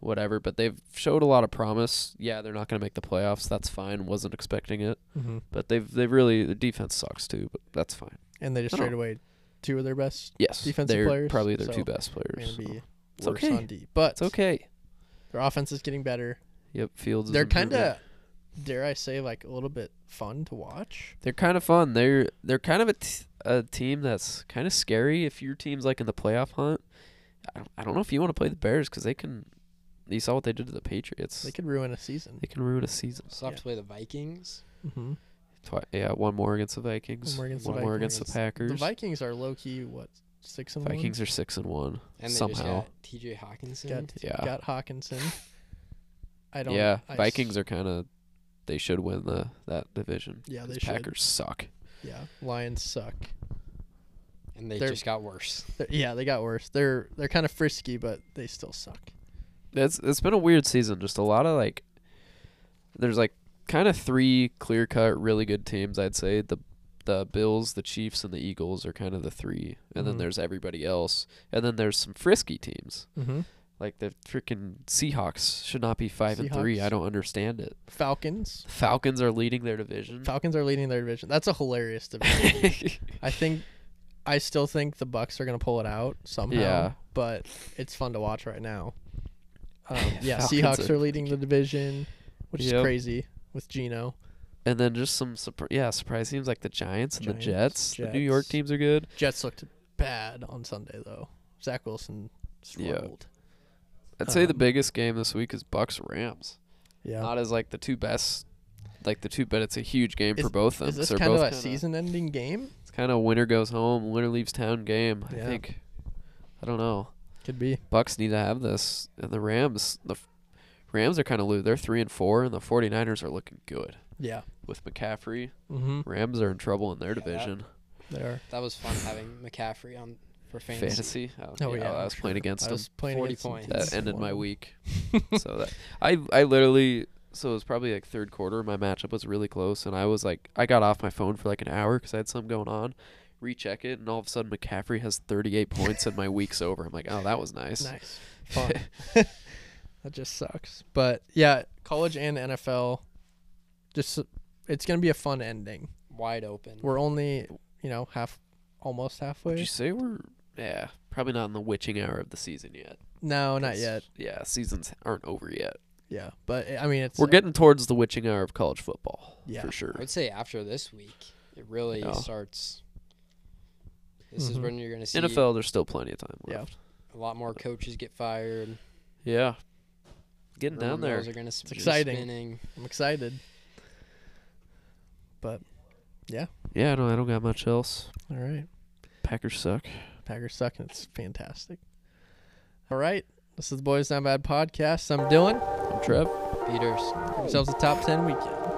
whatever. But they've showed a lot of promise. Yeah, they're not going to make the playoffs. That's fine. Wasn't expecting it. hmm But they've they've really the defense sucks too. But that's fine. And they just I don't- traded away two of their best. Yes, Defensive they're players, probably their so two best They're players. gonna be It's worse okay. on D, but It's okay. their offense is getting better. Yep, Fields. is They're improving. kind of, dare I say, like a little bit fun to watch. They're kind of fun. They're they're kind of a, t- a team that's kind of scary if your team's like in the playoff hunt. I don't, I don't know if you want to play the Bears because they can. You saw what they did to the Patriots. They could ruin a season. They can ruin a season. Still have Yeah. to play the Vikings. Mm-hmm. Twi- yeah, one more against the Vikings. One more against the more Vikings. against the Packers. The Vikings are low key what six and Vikings are six and one. And they Somehow. just got TJ Hawkinson. One? Got, Yeah. got Hawkinson. I don't. Yeah, I s- Vikings are kind of. They should win the that division. Yeah, 'cause they should. Packers suck. Yeah, Lions suck. and they They're- just got worse. They're- yeah, they got worse. They're they're kind of frisky, but they still suck. It's it's been a weird season. Just a lot of like. There's like kind of three clear cut really good teams. I'd say the the Bills, the Chiefs, and the Eagles are kind of the three, and then Mhm. there's everybody else, and then there's some frisky teams Mm-hmm. like the freaking Seahawks should not be five and three. Seahawks. I don't understand it. Falcons. Falcons are leading their division. Falcons are leading their division. That's a hilarious division. I think. I still think the Bucks are gonna pull it out somehow. Yeah. But it's fun to watch right now. Um, yeah, Falcons Seahawks are are leading the division, which is Yep. crazy with Geno. and then just some surpri- yeah surprise teams like the Giants and the Jets. Giants, The New York Jets. teams are good. Jets looked bad on Sunday though. Zach Wilson Yeah. struggled. I'd say the Um, biggest game this week is Bucks Rams. Yeah. Not as like the two best, like the two, but it's a huge game for Is- both of them. Is this 'cause they're kind of both a season-ending game? It's kind of winner goes home, winner leaves town game. I Yeah. think. I don't know. Could be. Bucks need to have this, and the Rams. The f- Rams are kind of loose. They're three and four, and the 49ers are looking good Yeah. with McCaffrey. Mm-hmm. Rams are in trouble in their Yeah, that- division. They are. That was fun having McCaffrey on for fantasy. Fantasy. Oh, Oh, yeah, yeah, I I'm was playing sure. against I them. was playing 40 against them. points. that It's ended my one. week. so that I I literally so it was probably like third quarter. My matchup was really close, and I was like I got off my phone for like an hour because I had something going on. Recheck it, and all of a sudden McCaffrey has 38 points, and my week's over. I'm like, oh, that was nice. Nice. Fun. that just sucks. But yeah, college and NFL, just it's gonna be a fun ending. Wide open. We're only you know half, almost Would halfway. you say we're yeah probably not in the witching hour of the season yet? no, not 'cause, yet. Yeah, seasons aren't over yet. Yeah, but I mean it's We're getting towards the witching hour of college football Yeah. for I sure. would say after this week, it really Yeah. starts. This is Mhm. when you're going to see NFL, there's still plenty of time Yeah. left. a lot more coaches get fired. Yeah, getting rumor down there. mills Are gonna sp- be exciting. Spinning. I'm excited. But Yeah, I don't. I don't got much else. all right. Packers suck. Packers suck, and it's fantastic. All right. This is the Boys Not Bad podcast. I'm Dylan. I'm Trev. Peters. Give yourselves a top 10 weekend.